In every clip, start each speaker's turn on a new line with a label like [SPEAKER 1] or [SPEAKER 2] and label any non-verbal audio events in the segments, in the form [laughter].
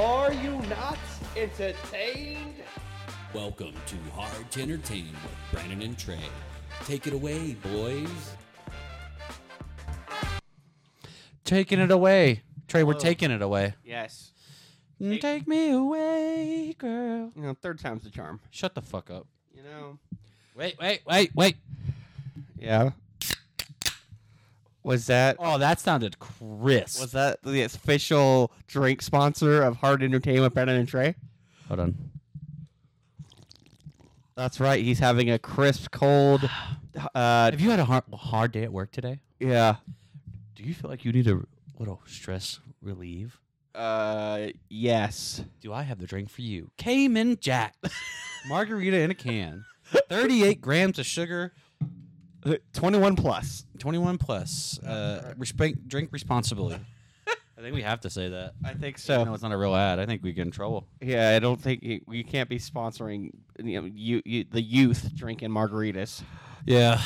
[SPEAKER 1] Are you not entertained?
[SPEAKER 2] Welcome to Hard to Entertain with Brandon and Trey. Take it away, boys.
[SPEAKER 3] Taking it away. Trey, we're taking it away.
[SPEAKER 1] Yes.
[SPEAKER 3] Mm, Take me away, girl.
[SPEAKER 1] You know, third time's the charm.
[SPEAKER 3] Shut the fuck up.
[SPEAKER 1] You know.
[SPEAKER 3] Wait, wait, wait, wait.
[SPEAKER 1] Yeah. Was that
[SPEAKER 3] Oh, that sounded crisp.
[SPEAKER 1] was that the official drink sponsor of Hard Entertainment, Brennan and Trey?
[SPEAKER 3] Hold on.
[SPEAKER 1] That's right. He's having a crisp, [sighs] cold. Uh,
[SPEAKER 3] Have you had a hard, hard day at work today?
[SPEAKER 1] yeah.
[SPEAKER 3] Do you feel like you need a little stress relieve?
[SPEAKER 1] Uh, yes.
[SPEAKER 3] Do I have the drink for you? Cayman Jack. [laughs] Margarita in a [laughs] can. 38 grams of sugar,
[SPEAKER 1] Twenty-one plus.
[SPEAKER 3] 21 plus. Uh, respe- drink responsibly. I think we have to say that.
[SPEAKER 1] I think
[SPEAKER 3] No,
[SPEAKER 1] so.
[SPEAKER 3] it's not a real ad. I think we get in trouble.
[SPEAKER 1] Yeah, I don't think you, you can't be sponsoring you, know, you, you the youth drinking margaritas.
[SPEAKER 3] Yeah.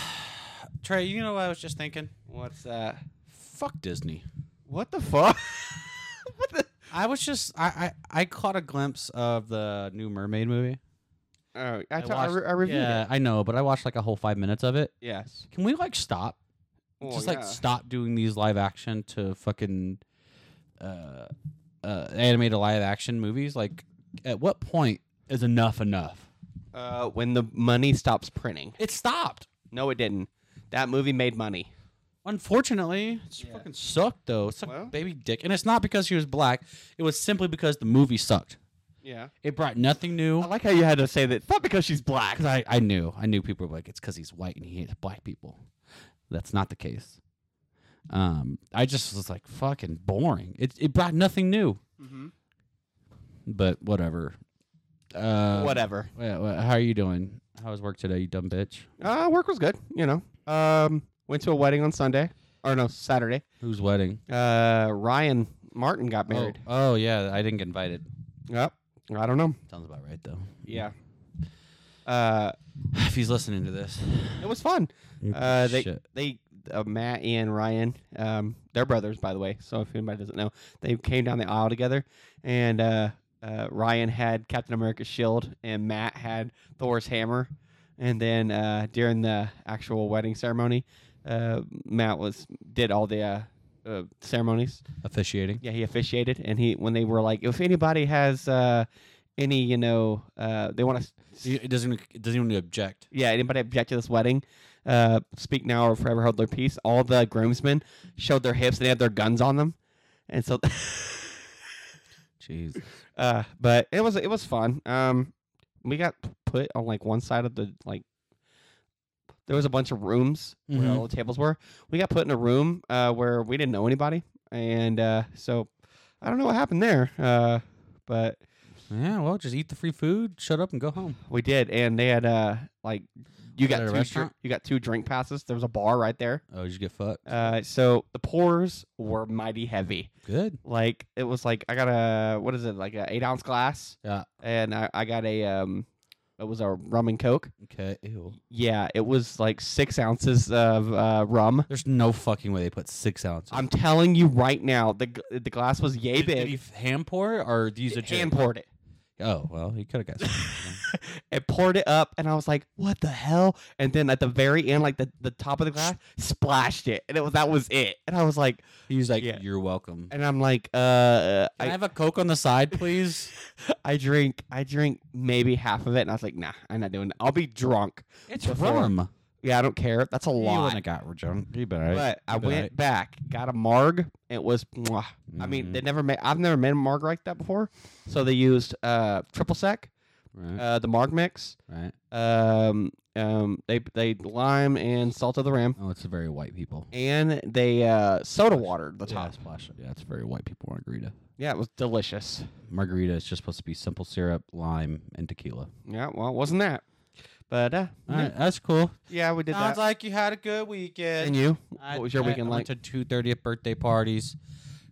[SPEAKER 3] Trey, you know what I was just thinking?
[SPEAKER 1] What's that?
[SPEAKER 3] Fuck Disney.
[SPEAKER 1] What the fuck? [laughs] what the?
[SPEAKER 3] I was just I, I I caught a glimpse of the new Mermaid movie.
[SPEAKER 1] Oh, I, ta- I re- I reviewed
[SPEAKER 3] yeah,
[SPEAKER 1] it.
[SPEAKER 3] I know, but I watched like a whole five minutes of it.
[SPEAKER 1] Yes.
[SPEAKER 3] Can we like stop?
[SPEAKER 1] Well,
[SPEAKER 3] just
[SPEAKER 1] yeah.
[SPEAKER 3] like stop doing these live action to fucking uh, uh, animated live action movies. Like, at what point is enough enough?
[SPEAKER 1] Uh, when the money stops printing.
[SPEAKER 3] It stopped.
[SPEAKER 1] No, it didn't. That movie made money.
[SPEAKER 3] Unfortunately, it's
[SPEAKER 1] Yeah.
[SPEAKER 3] fucking sucked though. It sucked
[SPEAKER 1] Well-
[SPEAKER 3] baby dick, and it's not because she was black. It was simply because the movie sucked.
[SPEAKER 1] Yeah.
[SPEAKER 3] It brought nothing new.
[SPEAKER 1] I like how you had to say that. It's not because she's black.
[SPEAKER 3] Because I, I knew. I knew people were like, it's because he's white and he hates black people. That's not the case. Um, I just was like, fucking boring. It, it brought nothing new.
[SPEAKER 1] Mhm.
[SPEAKER 3] But whatever. Uh,
[SPEAKER 1] Whatever.
[SPEAKER 3] yeah, wha- how are you doing? How was work today, you dumb bitch?
[SPEAKER 1] Uh, work was good. You know. Um, went to a wedding on Sunday, or no, Saturday.
[SPEAKER 3] Whose wedding?
[SPEAKER 1] Uh, Ryan Martin got married.
[SPEAKER 3] Oh, oh, yeah. I didn't get invited.
[SPEAKER 1] Yep. I don't know.
[SPEAKER 3] Sounds about right, though. [sighs]
[SPEAKER 1] Yeah. Uh,
[SPEAKER 3] if he's listening to this.
[SPEAKER 1] it was fun.
[SPEAKER 3] you
[SPEAKER 1] Uh, they
[SPEAKER 3] shit.
[SPEAKER 1] they uh, Matt and Ryan, um, they're brothers by the way. So if anybody doesn't know, they came down the aisle together, and uh, uh, Ryan had Captain America's shield, and Matt had Thor's hammer. And then uh, during the actual wedding ceremony, uh, Matt was did all the uh, uh, ceremonies.
[SPEAKER 3] Officiating.
[SPEAKER 1] Yeah, he officiated, and he when they were like, if anybody has uh, any, you know, uh, they want to.
[SPEAKER 3] It doesn't, it doesn't even object.
[SPEAKER 1] Yeah, anybody object to this wedding? Uh, speak now or forever hold their peace. All the groomsmen showed their hips and they had their guns on them, and so, [laughs]
[SPEAKER 3] Jeez.
[SPEAKER 1] uh, but it was it was fun. Um, we got put on like one side of the like. There was a bunch of rooms where
[SPEAKER 3] Mm-hmm.
[SPEAKER 1] all the tables were. We got put in a room uh, where we didn't know anybody, and uh, so I don't know what happened there, uh, but
[SPEAKER 3] Yeah, well, just eat the free food, shut up, and go home.
[SPEAKER 1] we did. And they had uh, like you
[SPEAKER 3] Was it
[SPEAKER 1] got
[SPEAKER 3] a
[SPEAKER 1] two dr-
[SPEAKER 3] restaurant?
[SPEAKER 1] you got two drink passes. There was a bar right there.
[SPEAKER 3] Oh, did you get fucked?
[SPEAKER 1] Uh, so the pours were mighty heavy.
[SPEAKER 3] Good.
[SPEAKER 1] Like it was like I got a what is it like a eight ounce glass,
[SPEAKER 3] Yeah.
[SPEAKER 1] and I, I got a um, it was a rum and coke.
[SPEAKER 3] Okay. Ew.
[SPEAKER 1] Yeah, it was like six ounces of uh, rum.
[SPEAKER 3] There's no fucking way they put six ounces.
[SPEAKER 1] I'm telling you right now, the g- the glass was yay
[SPEAKER 3] did,
[SPEAKER 1] big.
[SPEAKER 3] Did he f- hand pour or did he use a
[SPEAKER 1] It
[SPEAKER 3] jig?
[SPEAKER 1] hand poured it.
[SPEAKER 3] Oh well, he could have got. Some,
[SPEAKER 1] It poured it up, and I was like, "What the hell?" And then at the very end, like the, the top of the glass, splashed it, and it was that was it. And I was like,
[SPEAKER 3] [laughs] He's like,
[SPEAKER 1] Yeah.
[SPEAKER 3] "You're welcome."
[SPEAKER 1] and I'm like, uh,
[SPEAKER 3] Can I, have a coke on the side, please?
[SPEAKER 1] I drink I drink maybe half of it and I was like, nah, I'm not doing that. I'll be drunk.
[SPEAKER 3] [laughs] it's
[SPEAKER 1] Before-
[SPEAKER 3] rum.
[SPEAKER 1] Yeah, I don't care. That's a
[SPEAKER 3] You
[SPEAKER 1] lot.
[SPEAKER 3] wouldn't have got drunk. You better.
[SPEAKER 1] But I
[SPEAKER 3] You'd be
[SPEAKER 1] went
[SPEAKER 3] alright.
[SPEAKER 1] back, got a marg. It was mwah. I mean,
[SPEAKER 3] Mhm.
[SPEAKER 1] they never made I've never made a marg like that before. So they used uh triple sec,
[SPEAKER 3] right,
[SPEAKER 1] uh the marg mix.
[SPEAKER 3] right.
[SPEAKER 1] Um um they they lime and salt of the ram.
[SPEAKER 3] Oh, it's very white people.
[SPEAKER 1] And they uh soda watered the
[SPEAKER 3] yeah.
[SPEAKER 1] top.
[SPEAKER 3] splash. Yeah, it's very white people margarita.
[SPEAKER 1] Yeah, it was delicious.
[SPEAKER 3] Margarita is just supposed to be simple syrup, lime, and tequila.
[SPEAKER 1] Yeah, well it wasn't that. But uh
[SPEAKER 3] All right, that's cool.
[SPEAKER 1] yeah, we did that.
[SPEAKER 3] like you had a good weekend.
[SPEAKER 1] and you?
[SPEAKER 3] I-
[SPEAKER 1] What was your
[SPEAKER 3] I-
[SPEAKER 1] weekend
[SPEAKER 3] I
[SPEAKER 1] like?
[SPEAKER 3] Went to two thirtieth birthday parties.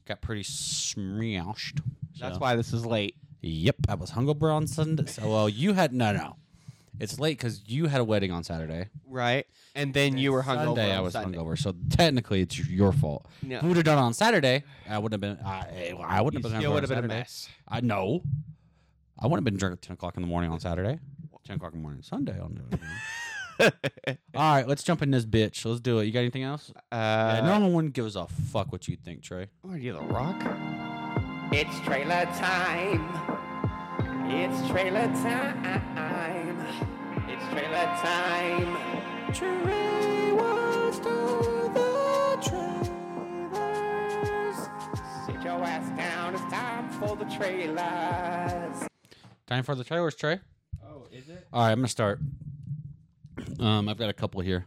[SPEAKER 3] Got pretty smooshed.
[SPEAKER 1] That's
[SPEAKER 3] so-
[SPEAKER 1] why this is late.
[SPEAKER 3] Yep, I was hungover on Sunday. So, well, you had no, no. It's late because you had a wedding on Saturday.
[SPEAKER 1] right? And then you were hungover.
[SPEAKER 3] Sunday,
[SPEAKER 1] on
[SPEAKER 3] I was
[SPEAKER 1] Sunday.
[SPEAKER 3] hungover, so technically it's your fault.
[SPEAKER 1] No.
[SPEAKER 3] If we would have done it on Saturday, I wouldn't have been. I, I wouldn't
[SPEAKER 1] You still
[SPEAKER 3] have been. hungover
[SPEAKER 1] would have been a
[SPEAKER 3] on Saturday.
[SPEAKER 1] mess.
[SPEAKER 3] I know. I wouldn't have been drunk at ten o'clock in the morning on Saturday. Ten o'clock in the morning Sunday. I'll never. do.
[SPEAKER 1] [laughs]
[SPEAKER 3] All right, let's jump in this bitch. Let's do it. You got anything else?
[SPEAKER 1] uh,
[SPEAKER 3] yeah, no one gives a fuck what you think, Trey.
[SPEAKER 1] What are you, The Rock?
[SPEAKER 4] It's trailer time. It's trailer time. It's trailer time. Trey wants to the trailers. Sit your ass down. It's time for the trailers.
[SPEAKER 3] Time for the trailers, Trey. Oh, is it? All right, I'm gonna start. Um, I've got a couple here.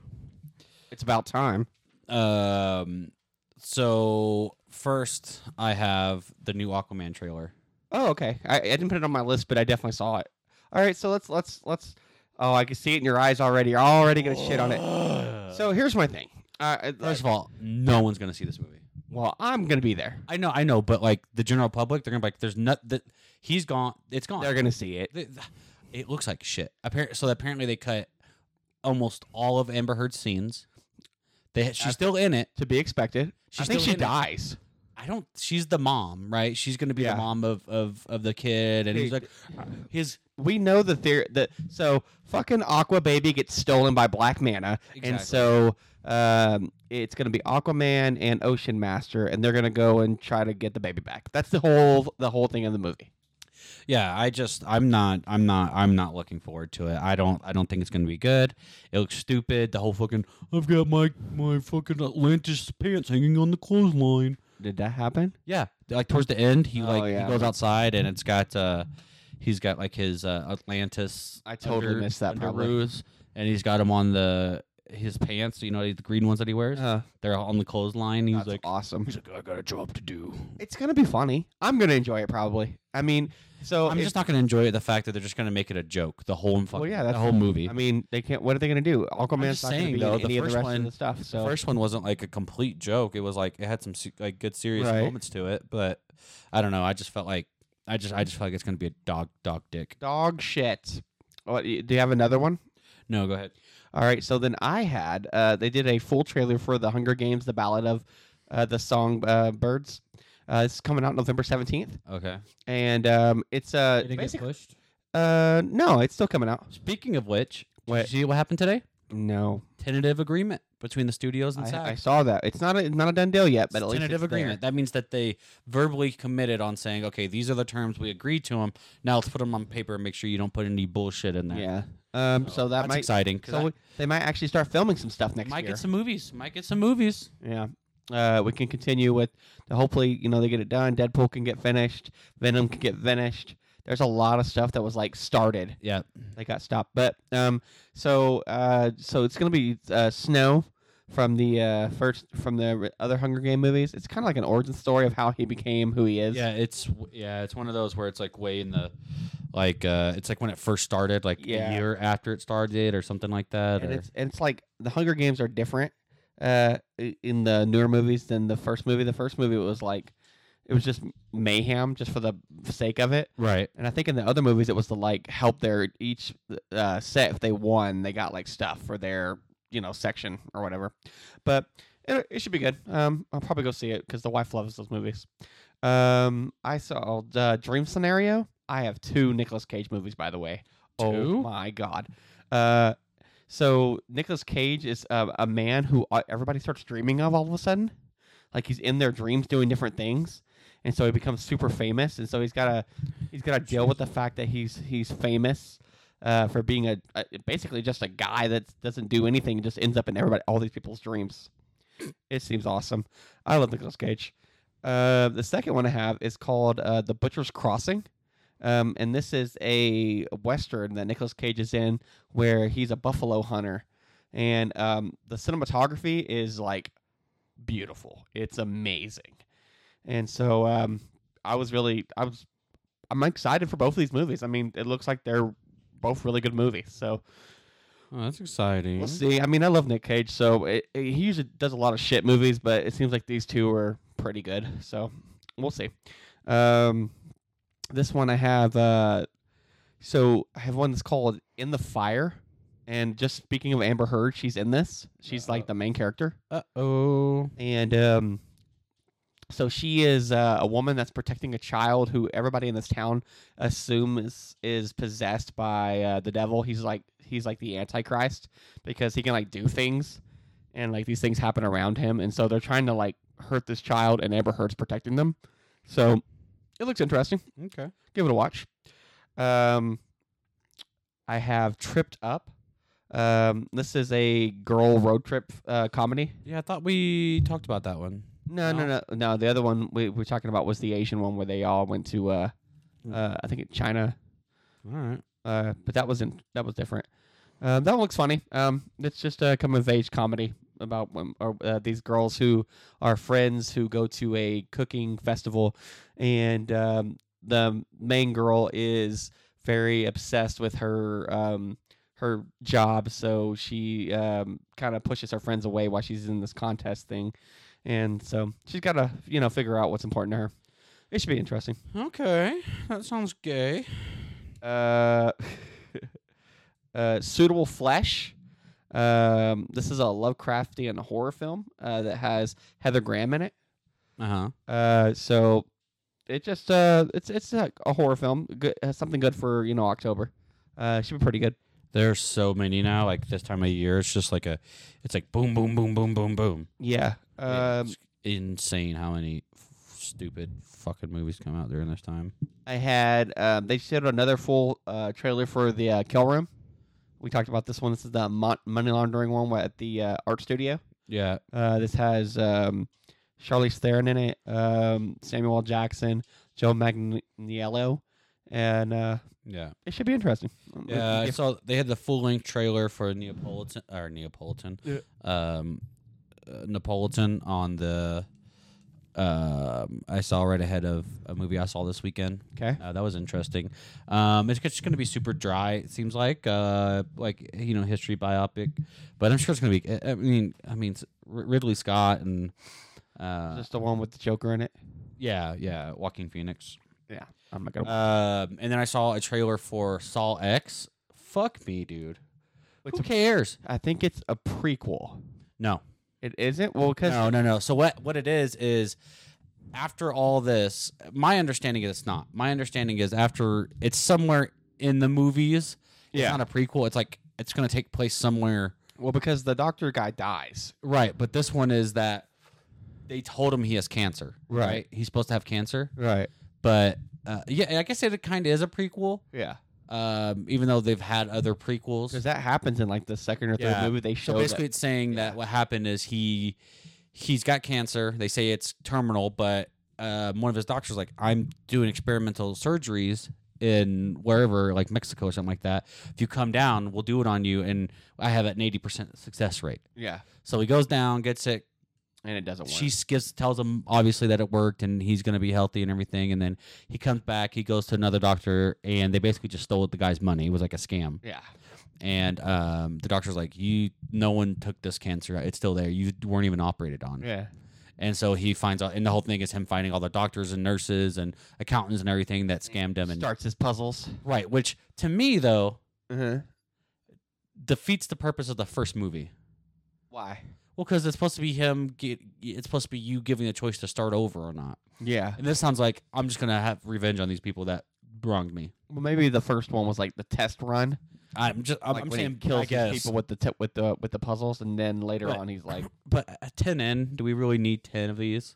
[SPEAKER 1] It's about time.
[SPEAKER 3] Um, so first, I have the new Aquaman trailer.
[SPEAKER 1] Oh, okay. I, I didn't put it on my list, but I definitely saw it. All right, so let's let's let's. Oh, I can see it in your eyes already. You're already gonna shit on it.
[SPEAKER 3] [sighs]
[SPEAKER 1] So here's my thing. Uh,
[SPEAKER 3] First of all, no one's gonna see this movie.
[SPEAKER 1] well, I'm gonna be there.
[SPEAKER 3] I know, I know, but like the general public, they're gonna be like, "There's not that he's gone. It's gone."
[SPEAKER 1] They're gonna see it.
[SPEAKER 3] Th- th- it looks like shit. Apparently, so apparently they cut almost all of Amber Heard's scenes. They she's still in it.
[SPEAKER 1] To be expected.
[SPEAKER 3] She's
[SPEAKER 1] I think
[SPEAKER 3] still
[SPEAKER 1] she
[SPEAKER 3] in it.
[SPEAKER 1] dies.
[SPEAKER 3] I don't. She's the mom, right? She's gonna be
[SPEAKER 1] Yeah.
[SPEAKER 3] the mom of of of the kid, and he's
[SPEAKER 1] Dude.
[SPEAKER 3] like, his
[SPEAKER 1] We know the theory that so fucking Aqua Baby gets stolen by Black Mana, and
[SPEAKER 3] Exactly.
[SPEAKER 1] so um, it's gonna be Aquaman and Ocean Master, and they're gonna go and try to get the baby back. That's the whole the whole thing of the movie.
[SPEAKER 3] yeah. I just I'm not I'm not I'm not looking forward to it. I don't I don't think it's gonna be good. It looks stupid. The whole fucking I've got my my fucking Atlantis pants hanging on the clothesline.
[SPEAKER 1] Did that happen?
[SPEAKER 3] Yeah, like towards the end, he
[SPEAKER 1] Oh,
[SPEAKER 3] like
[SPEAKER 1] yeah.
[SPEAKER 3] he goes outside and it's got uh he's got like his uh, Atlantis.
[SPEAKER 1] I totally missed that, probably.
[SPEAKER 3] underoos, and he's got him on the his pants. You know the green ones that he wears.
[SPEAKER 1] Uh,
[SPEAKER 3] They're on the clothesline. He's
[SPEAKER 1] That's
[SPEAKER 3] like,
[SPEAKER 1] awesome.
[SPEAKER 3] he's like, I got a job to do.
[SPEAKER 1] It's gonna be funny. I'm gonna enjoy it probably. I mean, so
[SPEAKER 3] I'm
[SPEAKER 1] if-
[SPEAKER 3] just not gonna enjoy the fact that they're just gonna make it a joke the whole fucking
[SPEAKER 1] Well, yeah,
[SPEAKER 3] the
[SPEAKER 1] that's
[SPEAKER 3] whole movie.
[SPEAKER 1] I mean, they can't. What are they gonna do? Aquaman's
[SPEAKER 3] just
[SPEAKER 1] not gonna
[SPEAKER 3] saying,
[SPEAKER 1] be
[SPEAKER 3] though,
[SPEAKER 1] in
[SPEAKER 3] the
[SPEAKER 1] any of the
[SPEAKER 3] first
[SPEAKER 1] rest
[SPEAKER 3] one-
[SPEAKER 1] of the stuff. So
[SPEAKER 3] The first one wasn't like a complete joke. It was like it had some se- like good serious
[SPEAKER 1] Right.
[SPEAKER 3] moments to it, but I don't know. I just felt like I just I just felt like it's gonna be a dog dog dick.
[SPEAKER 1] dog shit. What, y- do you have another one?
[SPEAKER 3] No, go ahead.
[SPEAKER 1] All right. So then I had. Uh, they did a full trailer for the Hunger Games: The Ballad of uh, the Song uh, Birds. Uh, it's coming out November seventeenth,
[SPEAKER 3] Okay.
[SPEAKER 1] and um, it's uh, basic-
[SPEAKER 3] pushed.
[SPEAKER 1] uh, no, it's still coming out.
[SPEAKER 3] Speaking of which, did
[SPEAKER 1] What?
[SPEAKER 3] you see what happened today?
[SPEAKER 1] No,
[SPEAKER 3] Tentative agreement between the studios and SAG.
[SPEAKER 1] I, I saw that. It's not a, it's not a done deal yet, but
[SPEAKER 3] It's
[SPEAKER 1] at least
[SPEAKER 3] tentative
[SPEAKER 1] it's there.
[SPEAKER 3] agreement. That means that they verbally committed on saying, okay, these are the terms we agreed to them. Now let's put them on paper and make sure you don't put any bullshit in there.
[SPEAKER 1] Yeah. Um, so that
[SPEAKER 3] Oh, That's
[SPEAKER 1] might
[SPEAKER 3] exciting. 'cause
[SPEAKER 1] So
[SPEAKER 3] I-
[SPEAKER 1] we- they might actually start filming some stuff next
[SPEAKER 3] might
[SPEAKER 1] year.
[SPEAKER 3] get some movies. Might get some movies.
[SPEAKER 1] yeah. Uh, we can continue with the hopefully you know they get it done. Deadpool can get finished. Venom can get finished. There's a lot of stuff that was like started
[SPEAKER 3] Yeah.
[SPEAKER 1] they got stopped. But um, so uh, so it's gonna be uh, Snow from the uh, first from the r- other Hunger Game movies. It's kind of like an origin story of how he became who he is.
[SPEAKER 3] Yeah, it's w- yeah, it's one of those where it's like way in the like uh it's like when it first started, like
[SPEAKER 1] Yeah.
[SPEAKER 3] a year after it started or something like that.
[SPEAKER 1] and
[SPEAKER 3] or-
[SPEAKER 1] it's and it's like the Hunger Games are different uh, i- in the newer movies than the first movie. The first movie was like it was just mayhem, just for the sake of it.
[SPEAKER 3] right.
[SPEAKER 1] And I think in the other movies it was to like help their each uh, set if they won, they got like stuff for their you know section or whatever. But it, it should be good. Um, I'll probably go see it because the wife loves those movies. Um, I saw uh, Dream Scenario. I have two Nicolas Cage movies, by the way. Oh
[SPEAKER 3] Two?
[SPEAKER 1] my god. Uh, so Nicolas Cage is a, a man who uh, everybody starts dreaming of all of a sudden. Like he's in their dreams doing different things, and so he becomes super famous. And so he's got to he's got to deal with the fact that he's he's famous uh, for being a, a basically just a guy that doesn't do anything, just ends up in everybody all these people's dreams. It seems awesome. I love Nicolas Cage. Uh, the second one I have is called uh, The Butcher's Crossing. Um, and this is a western that Nicolas Cage is in where he's a buffalo hunter. And um, the cinematography is like beautiful. It's amazing. And so um, I was really I was I'm excited for both of these movies. I mean, it looks like they're both really good movies. So
[SPEAKER 3] Oh, that's exciting.
[SPEAKER 1] we'll see. I mean, I love Nick Cage, so it, it- he usually does a lot of shit movies, but it seems like these two are pretty good. So we'll see. Um, this one I have. Uh, so I have one that's called in the fire. And just speaking of Amber Heard, she's in this. She's like the main character.
[SPEAKER 3] Uh oh.
[SPEAKER 1] and um, so she is uh, a woman that's protecting a child who everybody in this town assumes is possessed by uh, the devil. He's like he's like the antichrist because he can like do things, and like these things happen around him, and so they're trying to like hurt this child, and Amber Heard's protecting them. So it looks interesting.
[SPEAKER 3] Okay.
[SPEAKER 1] Give it a watch. Um, I have tripped up. Um, this is a girl road trip uh, comedy.
[SPEAKER 3] Yeah, I thought we talked about that one.
[SPEAKER 1] No, no, no, no. the other one we were talking about was the Asian one where they all went to, uh, uh, I think it China.
[SPEAKER 3] All right.
[SPEAKER 1] Uh, but that wasn't that was different. Um, that one looks funny. Um, it's just a come of age comedy about wom- or, uh, these girls who are friends who go to a cooking festival, and um, the main girl is very obsessed with her um, her job, so she um, kind of pushes her friends away while she's in this contest thing, and so she's got to you know figure out what's important to her. It should be interesting.
[SPEAKER 3] Okay. That sounds gay.
[SPEAKER 1] uh, [laughs] uh, Suitable Flesh. Um, this is a Lovecraftian horror film uh, that has Heather Graham in it.
[SPEAKER 3] Uh huh.
[SPEAKER 1] Uh, so it just uh, it's it's a, a horror film, good, uh, something good for you know October. Uh, should be pretty good.
[SPEAKER 3] There's so many now. Like this time of year, it's just like a, it's like boom, boom, boom, boom, boom, boom.
[SPEAKER 1] Yeah. Um,
[SPEAKER 3] it's insane how many f- stupid fucking movies come out during this time.
[SPEAKER 1] I had um, they showed another full uh, trailer for the uh, Kill Room. We talked about this one. This is the mon- money laundering one at the uh, art studio.
[SPEAKER 3] Yeah.
[SPEAKER 1] Uh, this has um, Charlize Theron in it, um, Samuel L. Jackson, Joe Magniello, and uh,
[SPEAKER 3] Yeah.
[SPEAKER 1] it should be interesting. Um, it-
[SPEAKER 3] Yeah. I
[SPEAKER 1] if-
[SPEAKER 3] saw they had the full length trailer for Neapolitan or Neapolitan,
[SPEAKER 1] Yeah.
[SPEAKER 3] um, uh, Napolitan on the. Um, I saw right ahead of a movie I saw this weekend.
[SPEAKER 1] Okay.
[SPEAKER 3] Uh, that was interesting. Um, it's just going to be super dry. It seems like, uh, like you know, history biopic, but I'm sure it's going to be. I- I mean, I mean, it's R- Ridley Scott and uh,
[SPEAKER 1] Just the one with the Joker in it.
[SPEAKER 3] yeah, yeah, Walking Phoenix.
[SPEAKER 1] Yeah, I'm not gonna.
[SPEAKER 3] Um, and then I saw a trailer for Saw X. Fuck me, dude. Who cares?
[SPEAKER 1] I think it's a prequel.
[SPEAKER 3] No,
[SPEAKER 1] It isn't. Well, because
[SPEAKER 3] no, no, no. So what? What it is is after all this. My understanding is it's not. My understanding is after it's somewhere in the movies. It's
[SPEAKER 1] Yeah.
[SPEAKER 3] not a prequel. It's like it's going to take place somewhere.
[SPEAKER 1] well, because the doctor guy dies.
[SPEAKER 3] Right, but this one is that they told him he has cancer.
[SPEAKER 1] Right.
[SPEAKER 3] he's supposed to have cancer,
[SPEAKER 1] Right.
[SPEAKER 3] but uh, yeah, I guess it kind of is a prequel.
[SPEAKER 1] Yeah.
[SPEAKER 3] Um, even though they've had other prequels,
[SPEAKER 1] Because that happens in like the second or third
[SPEAKER 3] Yeah.
[SPEAKER 1] movie. They show
[SPEAKER 3] so basically
[SPEAKER 1] that-
[SPEAKER 3] it's saying that what happened is he he's got cancer they say it's terminal but um, one of his doctors like i'm doing experimental surgeries in wherever like mexico or something like that if you come down we'll do it on you and i have an 80% success rate
[SPEAKER 1] yeah,
[SPEAKER 3] so he goes down gets it
[SPEAKER 1] and it doesn't work.
[SPEAKER 3] she skips tells him obviously that it worked and he's going to be healthy and everything and then he comes back he goes to another doctor and they basically just stole the guy's money it was like a scam
[SPEAKER 1] yeah.
[SPEAKER 3] and um, the doctor's like, "You, no one took this cancer. It's still there. You weren't even operated on."
[SPEAKER 1] Yeah.
[SPEAKER 3] And so he finds out, and the whole thing is him finding all the doctors and nurses and accountants and everything that scammed him. And
[SPEAKER 1] Starts his puzzles.
[SPEAKER 3] right, which to me though
[SPEAKER 1] Uh-huh.
[SPEAKER 3] defeats the purpose of the first movie.
[SPEAKER 1] Why?
[SPEAKER 3] Well, because it's supposed to be him. Get, it's supposed to be you giving the choice to start over or not.
[SPEAKER 1] Yeah.
[SPEAKER 3] And this sounds like I'm just gonna have revenge on these people that wronged me.
[SPEAKER 1] Well, maybe the first one was like the test run.
[SPEAKER 3] I'm just. I'm,
[SPEAKER 1] like
[SPEAKER 3] I'm
[SPEAKER 1] when
[SPEAKER 3] saying
[SPEAKER 1] he kills
[SPEAKER 3] I
[SPEAKER 1] these
[SPEAKER 3] guess.
[SPEAKER 1] people with the t- with the with the puzzles, and then later
[SPEAKER 3] But-
[SPEAKER 1] on he's like,
[SPEAKER 3] But uh, ten in. Do we really need ten of these?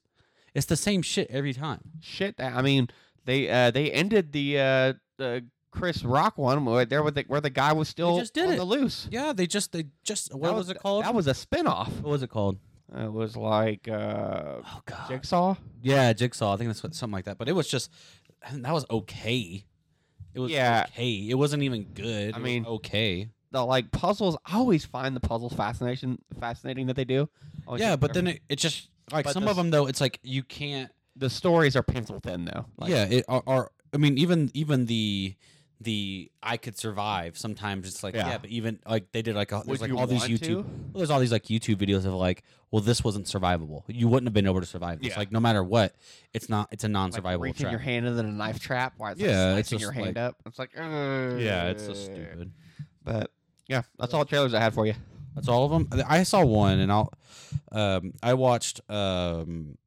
[SPEAKER 3] It's the same shit every time.
[SPEAKER 1] "Shit!" I mean, they uh, they ended the uh, the Chris Rock one where there with the, where the guy was still
[SPEAKER 3] just did
[SPEAKER 1] on
[SPEAKER 3] it.
[SPEAKER 1] the loose.
[SPEAKER 3] Yeah, they just they just what
[SPEAKER 1] That
[SPEAKER 3] was, it called?
[SPEAKER 1] That was a spinoff.
[SPEAKER 3] what was it called?
[SPEAKER 1] It was like uh,
[SPEAKER 3] Oh god.
[SPEAKER 1] Jigsaw.
[SPEAKER 3] yeah, Jigsaw. I think that's what, something like that. But it was just that was okay. It was
[SPEAKER 1] Yeah.
[SPEAKER 3] okay. It wasn't even good.
[SPEAKER 1] I
[SPEAKER 3] It was
[SPEAKER 1] mean-
[SPEAKER 3] okay.
[SPEAKER 1] The like puzzles. I always find the puzzles fascination fascinating that they do. Always
[SPEAKER 3] yeah,
[SPEAKER 1] think
[SPEAKER 3] but
[SPEAKER 1] they're-
[SPEAKER 3] then it, it just like
[SPEAKER 1] But
[SPEAKER 3] some of
[SPEAKER 1] this-
[SPEAKER 3] them though. It's like you can't.
[SPEAKER 1] the stories are pencil thin though. Like,
[SPEAKER 3] yeah, it are, are. I mean, even even the the I could survive. Sometimes it's like yeah,
[SPEAKER 1] Yeah.
[SPEAKER 3] but even like they did like a,
[SPEAKER 1] Would
[SPEAKER 3] there's like
[SPEAKER 1] you
[SPEAKER 3] all these
[SPEAKER 1] want
[SPEAKER 3] YouTube.
[SPEAKER 1] to?
[SPEAKER 3] Well, there's all these like YouTube videos of like, well, this wasn't survivable. You wouldn't have been able to survive this.
[SPEAKER 1] Yeah.
[SPEAKER 3] Like no matter what, it's not. It's a
[SPEAKER 1] Like
[SPEAKER 3] non-survivable
[SPEAKER 1] reaching
[SPEAKER 3] trap.
[SPEAKER 1] your hand into the knife trap. Why it's
[SPEAKER 3] Yeah,
[SPEAKER 1] like
[SPEAKER 3] it's
[SPEAKER 1] slicing your
[SPEAKER 3] just
[SPEAKER 1] hand
[SPEAKER 3] like-
[SPEAKER 1] up. It's like, ugh.
[SPEAKER 3] Yeah, it's so stupid.
[SPEAKER 1] But yeah, that's all the trailers I had for you.
[SPEAKER 3] That's all of them. I saw one, and I'll. Um, I watched. Um,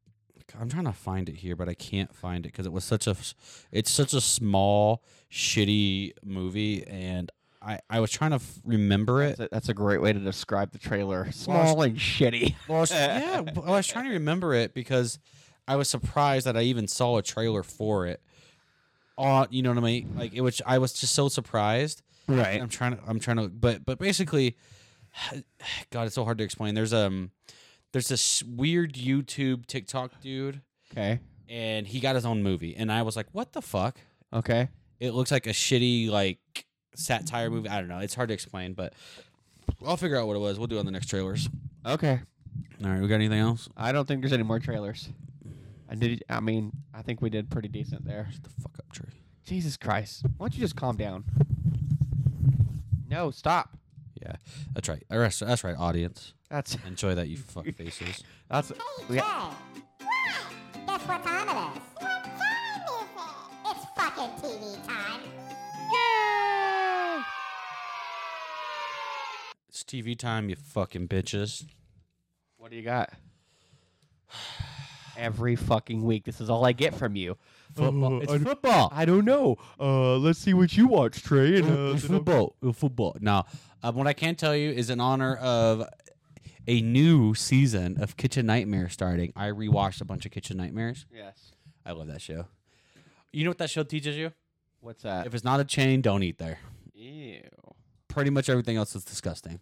[SPEAKER 3] I'm trying to find it here, but I can't find it because it was such a. s- It's such a small, shitty movie, and I I was trying to f- remember it.
[SPEAKER 1] That's a, that's a great way to describe the trailer. Small and shitty.
[SPEAKER 3] Well, I [laughs] was, yeah, but I was trying to remember it because I was surprised that I even saw a trailer for it. Uh, you know what I mean? Like it was. I was just so surprised.
[SPEAKER 1] [laughs] Right.
[SPEAKER 3] I'm trying to. I'm trying to. But but basically, [sighs] God, it's so hard to explain. There's um, there's this weird YouTube TikTok dude,
[SPEAKER 1] [laughs] Okay.
[SPEAKER 3] and he got his own movie, and I was like, what the fuck?
[SPEAKER 1] Okay.
[SPEAKER 3] It looks like a shitty like satire movie. I don't know. It's hard to explain, but I'll figure out what it was. We'll do it on the next trailers.
[SPEAKER 1] Okay.
[SPEAKER 3] All right, we got anything else?
[SPEAKER 1] I don't think there's any more trailers. I did. I mean, I think we did pretty decent there.
[SPEAKER 3] Shut the fuck up, tree.
[SPEAKER 1] Jesus Christ! Why don't you just calm down? No, stop.
[SPEAKER 3] Yeah, that's right. That's, that's right, audience.
[SPEAKER 1] That's
[SPEAKER 3] Enjoy that, you fuck faces.
[SPEAKER 1] that's
[SPEAKER 5] Hey,
[SPEAKER 1] yeah.
[SPEAKER 5] Wow! Guess what time it is? What time is it? It's fucking TV time.
[SPEAKER 3] It's TV time, you fucking bitches.
[SPEAKER 1] What do you got? [sighs] Every fucking week, this is all I get from you. Football. it's football. I don't know. Uh, let's see what you watch, Trey. And, [laughs]
[SPEAKER 3] Uh, football. Uh, Football. Now, um, what I can tell you is in honor of a new season of Kitchen Nightmare starting. I rewatched a bunch of Kitchen Nightmares.
[SPEAKER 1] yes.
[SPEAKER 3] I love that show. You know what that show teaches you?
[SPEAKER 1] What's that?
[SPEAKER 3] If it's not a chain, don't eat there.
[SPEAKER 1] Ew.
[SPEAKER 3] Pretty much everything else is disgusting.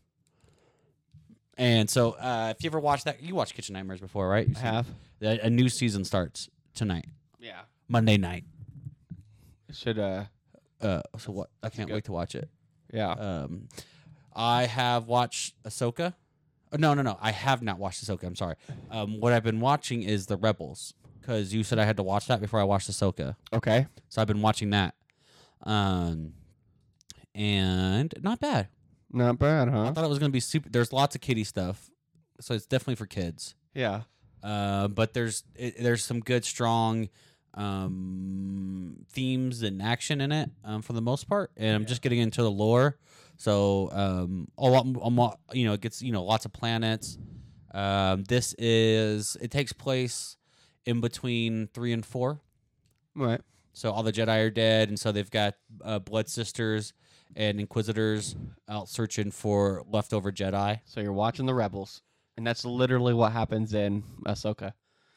[SPEAKER 3] And so, uh, if you ever watched that, you watched Kitchen Nightmares before, right? You've
[SPEAKER 1] I
[SPEAKER 3] seen-
[SPEAKER 1] have.
[SPEAKER 3] A a new season starts tonight,
[SPEAKER 1] Yeah.
[SPEAKER 3] Monday night.
[SPEAKER 1] Should uh.
[SPEAKER 3] Uh, so what? I can't
[SPEAKER 1] good.
[SPEAKER 3] wait to watch it.
[SPEAKER 1] Yeah.
[SPEAKER 3] Um, I have watched Ahsoka. Oh, no, no, no. I have not watched Ahsoka. I'm sorry. Um, what I've been watching is The Rebels because you said I had to watch that before I watched Ahsoka.
[SPEAKER 1] okay.
[SPEAKER 3] So I've been watching that. Um, and not bad.
[SPEAKER 1] Not bad, huh?
[SPEAKER 3] I thought it was gonna be super. There's lots of kiddie stuff, so it's definitely for kids.
[SPEAKER 1] Yeah.
[SPEAKER 3] Uh, but there's it, there's some good strong um themes and action in it um for the most part and i'm just getting into the lore so um a lot, a lot you know it gets you know lots of planets um this is it takes place in between three and four
[SPEAKER 1] Right.
[SPEAKER 3] so all the jedi are dead and so they've got uh, blood sisters and inquisitors out searching for leftover jedi
[SPEAKER 1] So you're watching the Rebels, and that's literally what happens in Ahsoka.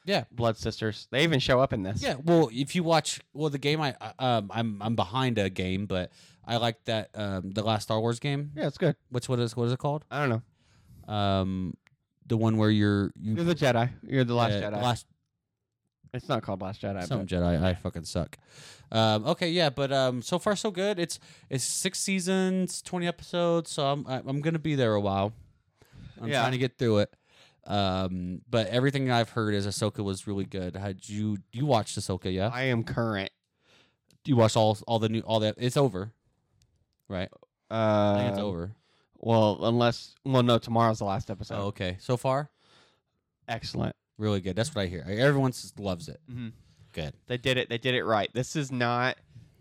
[SPEAKER 3] yeah
[SPEAKER 1] Blood Sisters. They even show up in this.
[SPEAKER 3] Yeah, well, if you watch, well, the game I I- um I'm I'm behind a game, but I like that um the last Star Wars game.
[SPEAKER 1] Yeah, it's good.
[SPEAKER 3] What's what is what is it called?
[SPEAKER 1] I don't know.
[SPEAKER 3] Um, the one where you're you
[SPEAKER 1] You're the Jedi. You're the Last
[SPEAKER 3] uh,
[SPEAKER 1] Jedi.
[SPEAKER 3] last
[SPEAKER 1] It's not called Last Jedi.
[SPEAKER 3] some
[SPEAKER 1] but
[SPEAKER 3] Jedi. I fucking suck. Um, okay, yeah, but um, so far so good. It's it's six seasons, twenty episodes, so I'm I- I'm gonna be there a while. I'm
[SPEAKER 1] Yeah.
[SPEAKER 3] trying to get through it. Um, but everything I've heard is Ahsoka was really good. Had you you watched Ahsoka? Yeah,
[SPEAKER 1] I am current.
[SPEAKER 3] you watched all all the new all that. It's over, right?
[SPEAKER 1] Uh,
[SPEAKER 3] I think it's over.
[SPEAKER 1] Well, unless well, no, tomorrow's the last episode.
[SPEAKER 3] Oh, okay. So far,
[SPEAKER 1] Excellent.
[SPEAKER 3] really good. That's what I hear. I- Everyone s- loves it.
[SPEAKER 1] Mhm.
[SPEAKER 3] Good.
[SPEAKER 1] They did it. They did it right. This is not.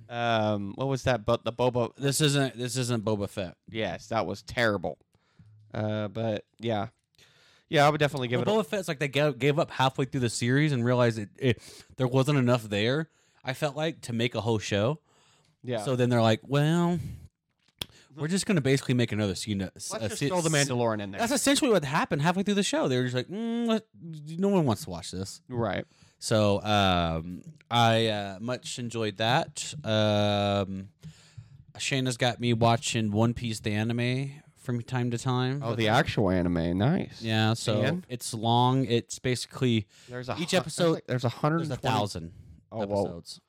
[SPEAKER 1] Um, what was that? But the Bobo.
[SPEAKER 3] This isn't this isn't Boba Fett.
[SPEAKER 1] Yes, that was terrible. Uh, but yeah, yeah, I would definitely give
[SPEAKER 3] Well,
[SPEAKER 1] it. a-
[SPEAKER 3] Boba Fett's like they gave, gave up halfway through the series and realized it, it there wasn't enough there. I felt like to make a whole show.
[SPEAKER 1] yeah.
[SPEAKER 3] So then they're like, well, we're just gonna basically make another scene. uh,
[SPEAKER 1] let's just throw the Mandalorian in there.
[SPEAKER 3] That's essentially what happened halfway through the show. They were just like, mm, let- no one wants to watch this.
[SPEAKER 1] right.
[SPEAKER 3] So um, I uh, much enjoyed that. Um, Shayna's got me watching One Piece the anime from time to time.
[SPEAKER 1] Oh, the actual anime. Nice.
[SPEAKER 3] yeah. So
[SPEAKER 1] And?
[SPEAKER 3] it's long. It's basically
[SPEAKER 1] There's a
[SPEAKER 3] Each
[SPEAKER 1] hu-
[SPEAKER 3] episode-
[SPEAKER 1] There's, like, there's a hundred.
[SPEAKER 3] there's a thousand
[SPEAKER 1] Oh, whoa.
[SPEAKER 3] episodes.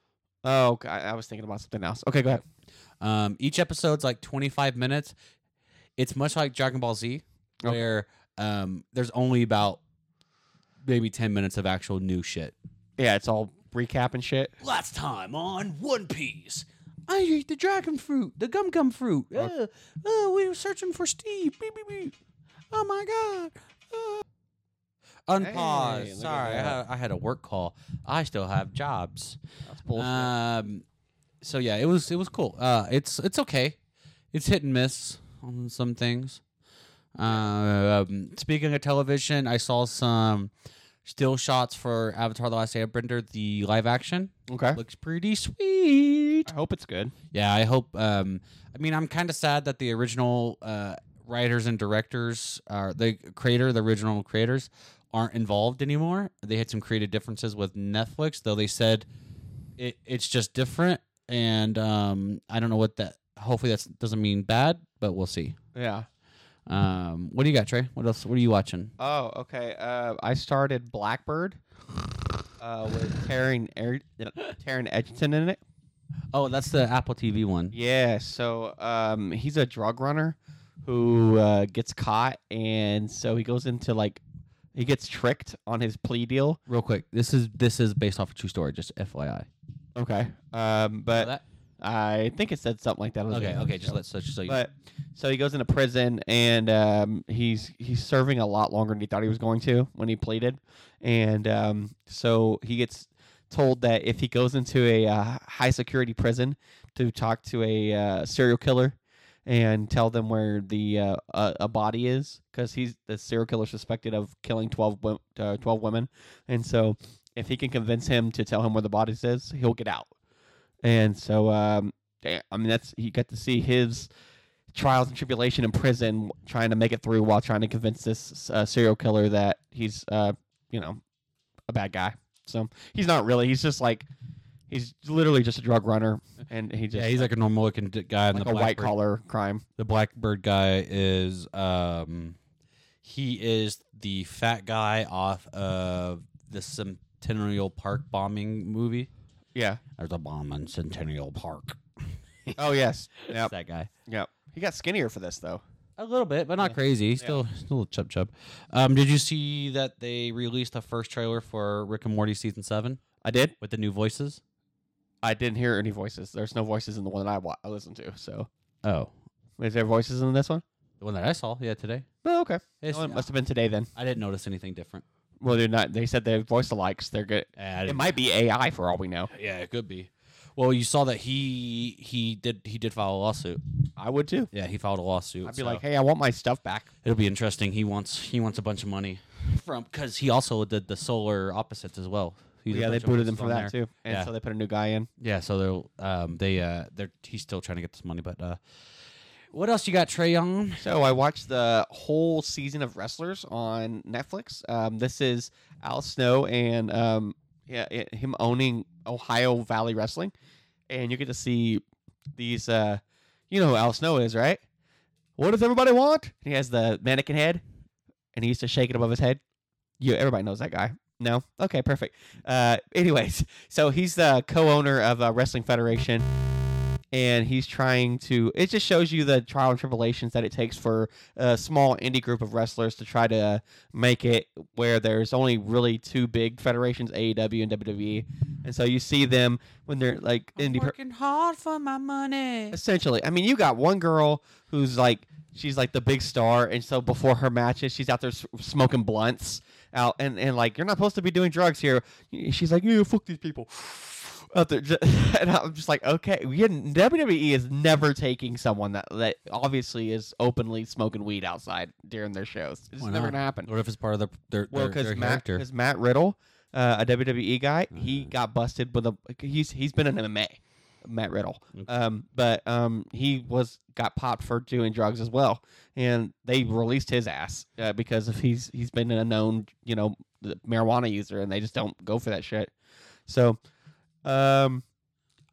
[SPEAKER 1] Oh, okay. I I was thinking about something else. Okay, go ahead.
[SPEAKER 3] Um, each episode's like twenty five minutes. It's much like Dragon Ball Z,
[SPEAKER 1] Okay.
[SPEAKER 3] where um, there's only about maybe ten minutes of actual new shit.
[SPEAKER 1] Yeah, it's all recap and shit.
[SPEAKER 3] Last time on One Piece. I ate the dragon fruit, the gum gum fruit. Uh, uh, we were searching for Steve. Beep, beep, beep. Oh my god. Uh. Unpause.
[SPEAKER 1] Hey, look at
[SPEAKER 3] Sorry, I
[SPEAKER 1] that.
[SPEAKER 3] had, I had a work call. I still have jobs.
[SPEAKER 1] That's bullshit.
[SPEAKER 3] Uh, Um, so yeah, it was it was cool. Uh, it's it's okay. It's hit and miss. on some things. Um, speaking of television, I saw some still shots for Avatar: The Last Airbender, the live action.
[SPEAKER 1] Okay.
[SPEAKER 3] Looks pretty sweet.
[SPEAKER 1] I hope it's good.
[SPEAKER 3] Yeah, I hope. Um, I mean, I'm kind of sad that the original uh, writers and directors, are the creator, the original creators, aren't involved anymore. They had some creative differences with Netflix, though they said it, it's just different. And um, I don't know what that. Hopefully, that doesn't mean bad, but we'll see.
[SPEAKER 1] Yeah.
[SPEAKER 3] Um, what do you got, Trey? What else? What are you watching?
[SPEAKER 1] Oh, okay. Uh, I started Blackbird uh, with Taryn er- Taryn Edgerton in it.
[SPEAKER 3] Oh, that's the Apple TV one.
[SPEAKER 1] Yeah, so um, he's a drug runner who uh, gets caught, and so he goes into like he gets tricked on his plea deal.
[SPEAKER 3] Real quick, this is this is based off a true story. Just FYI.
[SPEAKER 1] Okay, um, but I think it said something like that. It was
[SPEAKER 3] Okay,
[SPEAKER 1] another
[SPEAKER 3] okay. Just
[SPEAKER 1] show.
[SPEAKER 3] let's just so you.
[SPEAKER 1] But so he goes into prison, and um, he's he's serving a lot longer than he thought he was going to when he pleaded, and um, so he gets told that if he goes into a uh, high security prison to talk to a uh, serial killer and tell them where the uh, a, a body is because he's the serial killer suspected of killing 12, wo- uh, 12 women and so if he can convince him to tell him where the body is he'll get out and so um, da- i mean that's he got to see his trials and tribulation in prison trying to make it through while trying to convince this uh, serial killer that he's uh, you know a bad guy so he's not really he's just like he's literally just a drug runner and he just
[SPEAKER 3] yeah, he's like a normal looking d- guy. in
[SPEAKER 1] like
[SPEAKER 3] the
[SPEAKER 1] a
[SPEAKER 3] black
[SPEAKER 1] white
[SPEAKER 3] bird-
[SPEAKER 1] collar crime.
[SPEAKER 3] The Blackbird guy is um he is the fat guy off of the Centennial Park bombing movie.
[SPEAKER 1] Yeah.
[SPEAKER 3] There's a bomb in Centennial Park.
[SPEAKER 1] Oh yes. Yep.
[SPEAKER 3] That guy.
[SPEAKER 1] Yep. He got skinnier for this though.
[SPEAKER 3] A little bit, but not crazy. Still still a chub chub. Um did you see that they released the first trailer for Rick and Morty season 7
[SPEAKER 1] I did.
[SPEAKER 3] with the new voices?
[SPEAKER 1] I didn't hear any voices. There's no voices in the one that I, wa- I listened to. So
[SPEAKER 3] Oh,
[SPEAKER 1] is there voices in this one?
[SPEAKER 3] the one that I saw, yeah, today.
[SPEAKER 1] Oh, okay.
[SPEAKER 3] It's-
[SPEAKER 1] Well, it must have been today then.
[SPEAKER 3] I didn't notice anything different.
[SPEAKER 1] Well, they're not. They said they're voice alikes. They're good.
[SPEAKER 3] Eh, I
[SPEAKER 1] It
[SPEAKER 3] didn't-
[SPEAKER 1] might be AI for all we know.
[SPEAKER 3] yeah, it could be. Well, you saw that he he did he did file a lawsuit.
[SPEAKER 1] I would too.
[SPEAKER 3] Yeah, he filed a lawsuit.
[SPEAKER 1] I'd be
[SPEAKER 3] so-
[SPEAKER 1] like, hey, I want my stuff back.
[SPEAKER 3] It'll be interesting. He wants he wants a bunch of money from because he also did the solar opposites as well. He did a
[SPEAKER 1] yeah, they
[SPEAKER 3] bunch of
[SPEAKER 1] booted him
[SPEAKER 3] voices
[SPEAKER 1] for
[SPEAKER 3] on
[SPEAKER 1] that
[SPEAKER 3] there.
[SPEAKER 1] too, and
[SPEAKER 3] yeah,
[SPEAKER 1] so they put a new guy in.
[SPEAKER 3] yeah. So they're um they uh they're he's still trying to get this money, but uh, what else you got, Trey Young?
[SPEAKER 1] So I watched the whole season of Wrestlers on Netflix. Um, this is Al Snow and um, yeah, i him owning Ohio Valley Wrestling, and you get to see these. Uh, you know who Al Snow is, right? What does everybody want? He has the mannequin head, and he used to shake it above his head. You, everybody knows that guy. No, okay, perfect. Uh, anyways, [laughs] so he's the co-owner of uh, Wrestling Federation and he's trying to it just shows you the trial and tribulations that it takes for a small indie group of wrestlers to try to make it where there's only really two big federations AEW and WWE and so you see them when they're like indie per-
[SPEAKER 3] hard for my money.
[SPEAKER 1] essentially i mean you got one girl who's like she's like the big star and so before her matches she's out there s- smoking blunts out and, and like you're not supposed to be doing drugs here she's like yeah fuck these people [laughs] out there ju- [laughs] and i'm just like okay we didn't- wwe E is never taking someone that, that obviously is openly smoking weed outside during their shows it's never gonna happen
[SPEAKER 3] What if it's part of their their,
[SPEAKER 1] well,
[SPEAKER 3] their, their
[SPEAKER 1] because Matt,
[SPEAKER 3] character? Mm.
[SPEAKER 1] because Matt Riddle, uh, a WWE guy, he got busted with a. He's he's been in MMA, Matt Riddle.
[SPEAKER 3] Mm.
[SPEAKER 1] Um, but um, he was got popped for doing drugs as well, and they released his ass uh, because if he's he's been a known you know marijuana user, and they just don't go for that shit. So, um,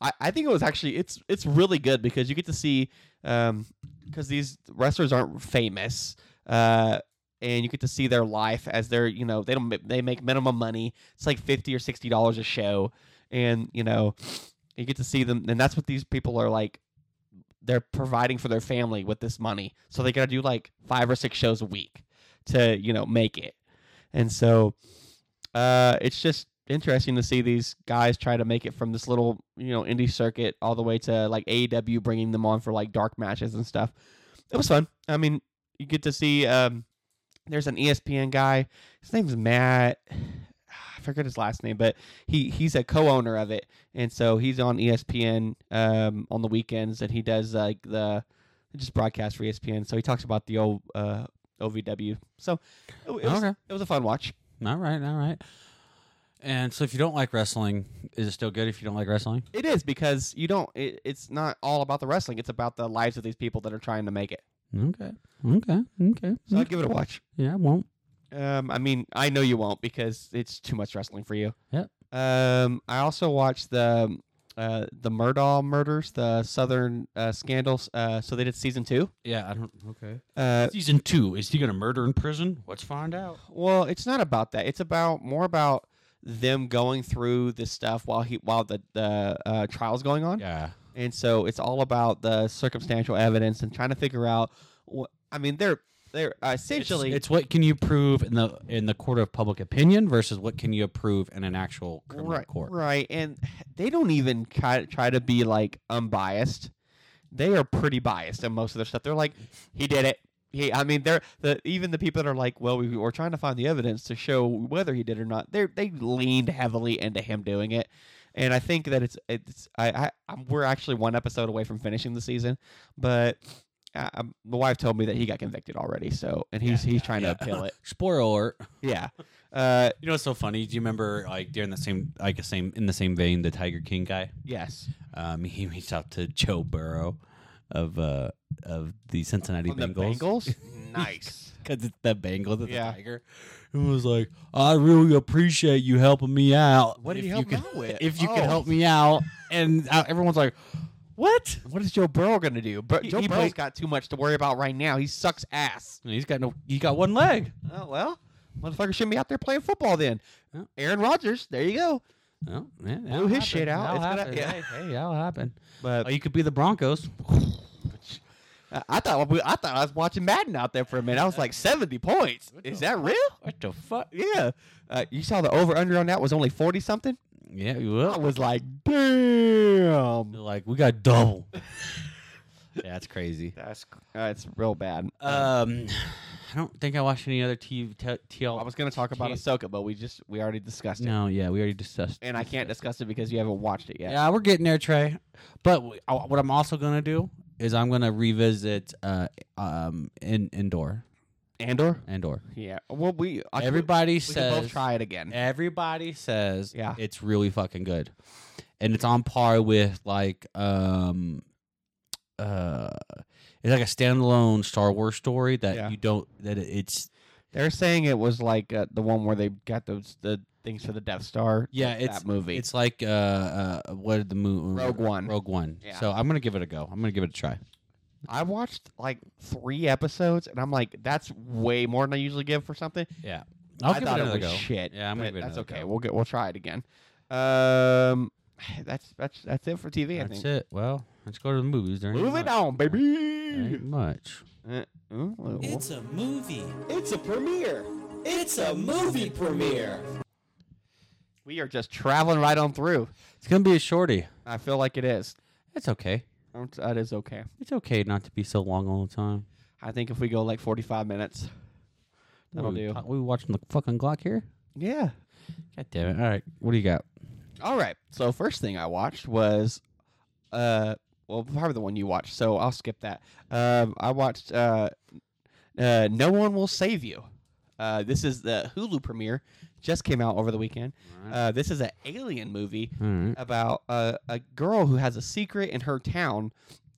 [SPEAKER 1] I, I think it was actually it's it's really good because you get to see um because these wrestlers aren't famous uh and you get to see their life as they're you know they don't ma- they make minimum money it's like 50 or 60 dollars a show and you know you get to see them and that's what these people are like they're providing for their family with this money so they gotta do like five or six shows a week to you know make it and so uh, it's just interesting to see these guys try to make it from this little you know indie circuit all the way to like AEW bringing them on for like dark matches and stuff. It was fun. I mean, you get to see um, there's an ESPN guy. His name's Matt. [sighs] I forget his last name, but he he's a co-owner of E it, and so he's on ESPN um, on the weekends, and he does like the It just broadcast for ESPN. So he talks about the old uh, OVW. So it, w- it was,
[SPEAKER 3] Okay.
[SPEAKER 1] it was a fun watch.
[SPEAKER 3] All right, all right. And so, if you don't like wrestling, is it still good? If you don't like wrestling,
[SPEAKER 1] It is because you don't. It, it's not all about the wrestling. It's about the lives of these people that are trying to make it.
[SPEAKER 3] okay, okay, okay.
[SPEAKER 1] So I'd give it a watch.
[SPEAKER 3] yeah, I won't.
[SPEAKER 1] Um, I mean, I know you won't because it's too much wrestling for you.
[SPEAKER 3] Yep.
[SPEAKER 1] Um, I also watched the uh, the Murdaugh murders, the Southern uh, scandals. Uh, so they did season two.
[SPEAKER 3] Yeah, I don't. Okay.
[SPEAKER 1] Uh,
[SPEAKER 3] Season two. Is he gonna murder in prison? Let's find out.
[SPEAKER 1] well, it's not about that. It's about more about them going through this stuff while he while the the uh, trial's going on.
[SPEAKER 3] Yeah.
[SPEAKER 1] And so it's all about the circumstantial evidence and trying to figure out. What, I mean, they're they're uh, essentially
[SPEAKER 3] It's, what can you prove in the in the court of public opinion versus what can you prove in an actual criminal
[SPEAKER 1] right,
[SPEAKER 3] court.
[SPEAKER 1] Right, and they don't even try, try to be like unbiased. They are pretty biased in most of their stuff. They're like, he did it. He, I mean, they're the even the people that are like, well, we, we're trying to find the evidence to show whether he did or not. They they leaned heavily into him doing it, and I think that it's it's I, I I'm, we're actually one episode away from finishing the season, but. Uh, um, the wife told me that he got convicted already, so and he's he's trying to appeal it.
[SPEAKER 3] [laughs] Spoiler alert.
[SPEAKER 1] Yeah, uh,
[SPEAKER 3] You know what's so funny? Do you remember like during the same like the same in the same vein the Tiger King guy?
[SPEAKER 1] yes.
[SPEAKER 3] Um, he reached out to Joe Burrow of uh of the Cincinnati
[SPEAKER 1] On the
[SPEAKER 3] Bengals
[SPEAKER 1] Bengals, nice.
[SPEAKER 3] because it's the Bengals and
[SPEAKER 1] Yeah.
[SPEAKER 3] the Tiger. Who was like, I really appreciate you helping me out.
[SPEAKER 1] What did
[SPEAKER 3] if
[SPEAKER 1] he help
[SPEAKER 3] could,
[SPEAKER 1] him out with?
[SPEAKER 3] If you
[SPEAKER 1] Oh.
[SPEAKER 3] could help me out, and uh, everyone's like, what?
[SPEAKER 1] What is Joe Burrow going to do? Bur-
[SPEAKER 3] He-
[SPEAKER 1] Joe
[SPEAKER 3] he
[SPEAKER 1] Burrow's
[SPEAKER 3] played-
[SPEAKER 1] got too much to worry about right now. He sucks ass.
[SPEAKER 3] And he's got no. He got one leg.
[SPEAKER 1] Oh well, motherfucker shouldn't be out there playing football then.
[SPEAKER 3] Yeah.
[SPEAKER 1] Aaron Rodgers, there you go.
[SPEAKER 3] Oh, man,
[SPEAKER 1] Blew his shit out.
[SPEAKER 3] That'll
[SPEAKER 1] It's
[SPEAKER 3] happen.
[SPEAKER 1] gonna- yeah.
[SPEAKER 3] Hey, hey, that'll happen.
[SPEAKER 1] But
[SPEAKER 3] Oh, you could be the Broncos.
[SPEAKER 1] I- I thought we- I thought I was watching Madden out there for a minute. I was [laughs] like seventy points. Is that real?
[SPEAKER 3] What the fuck?
[SPEAKER 1] Yeah. Uh, you saw the over under on that was only forty something.
[SPEAKER 3] Yeah, you
[SPEAKER 1] I
[SPEAKER 3] will.
[SPEAKER 1] was like, damn.
[SPEAKER 3] They're like, we
[SPEAKER 1] [laughs]
[SPEAKER 3] got double. yeah, it's crazy.
[SPEAKER 1] That's uh, it's real bad.
[SPEAKER 3] Um, I don't think I watched any other TV. T- TL.
[SPEAKER 1] I was going to talk about
[SPEAKER 3] T-
[SPEAKER 1] Ahsoka, but we just we already discussed it,
[SPEAKER 3] No, yeah, we already discussed.
[SPEAKER 1] and I can't discuss it because you haven't watched it yet.
[SPEAKER 3] Yeah, we're getting there, Trey. But w- I- what I'm also gonna do is I'm gonna revisit uh um in indoor
[SPEAKER 1] Andor.
[SPEAKER 3] indoor.
[SPEAKER 1] Yeah. Well, we I-
[SPEAKER 3] Everybody
[SPEAKER 1] we
[SPEAKER 3] says
[SPEAKER 1] can both try it again.
[SPEAKER 3] Everybody says
[SPEAKER 1] Yeah.
[SPEAKER 3] it's really fucking good. And it's on par with like um uh it's like a standalone Star Wars story that
[SPEAKER 1] Yeah.
[SPEAKER 3] you don't that it- it's
[SPEAKER 1] They're saying it was like uh, the one where they got those the things for the Death Star.
[SPEAKER 3] yeah,
[SPEAKER 1] that-
[SPEAKER 3] it's
[SPEAKER 1] that movie.
[SPEAKER 3] It's like uh, uh what did the movie
[SPEAKER 1] Rogue One.
[SPEAKER 3] Rogue One.
[SPEAKER 1] Yeah.
[SPEAKER 3] So I'm gonna give it a go. I'm gonna give it a try.
[SPEAKER 1] I watched like three episodes, and I'm like, that's way more than I usually give for something.
[SPEAKER 3] Yeah. I'll
[SPEAKER 1] I
[SPEAKER 3] give
[SPEAKER 1] thought
[SPEAKER 3] it
[SPEAKER 1] it,
[SPEAKER 3] another
[SPEAKER 1] was
[SPEAKER 3] go.
[SPEAKER 1] shit.
[SPEAKER 3] Yeah, I'm gonna
[SPEAKER 1] but
[SPEAKER 3] give it
[SPEAKER 1] That's
[SPEAKER 3] another
[SPEAKER 1] okay.
[SPEAKER 3] go.
[SPEAKER 1] We'll get we'll try it again. Um, [sighs] that's that's that's it for TV. I
[SPEAKER 3] That's
[SPEAKER 1] think.
[SPEAKER 3] it. Well, let's go to the movies. There ain't
[SPEAKER 1] Moving
[SPEAKER 3] much.
[SPEAKER 1] on,
[SPEAKER 3] There
[SPEAKER 1] baby.
[SPEAKER 3] ain't much.
[SPEAKER 1] Uh, ooh, well,
[SPEAKER 2] It's a movie.
[SPEAKER 4] It's a premiere. It's a movie premiere.
[SPEAKER 1] we are just traveling right on through.
[SPEAKER 3] It's gonna be a shorty.
[SPEAKER 1] I feel like it is.
[SPEAKER 3] It's okay.
[SPEAKER 1] Um, That is okay.
[SPEAKER 3] It's okay not to be so long all the time.
[SPEAKER 1] I think if we go like 45 minutes, that'll
[SPEAKER 3] What are we,
[SPEAKER 1] do.
[SPEAKER 3] ta- we watching the fucking Glock here?
[SPEAKER 1] Yeah.
[SPEAKER 3] God damn it! All right, what do you got?
[SPEAKER 1] All right. So first thing I watched was, uh, well, probably the one you watched. So I'll skip that. Um, I watched uh, uh, No One Will Save You. Uh, this is the Hulu premiere. Just came out over the weekend. Uh, this is an alien movie
[SPEAKER 3] All right.
[SPEAKER 1] about a, a girl who has a secret in her town,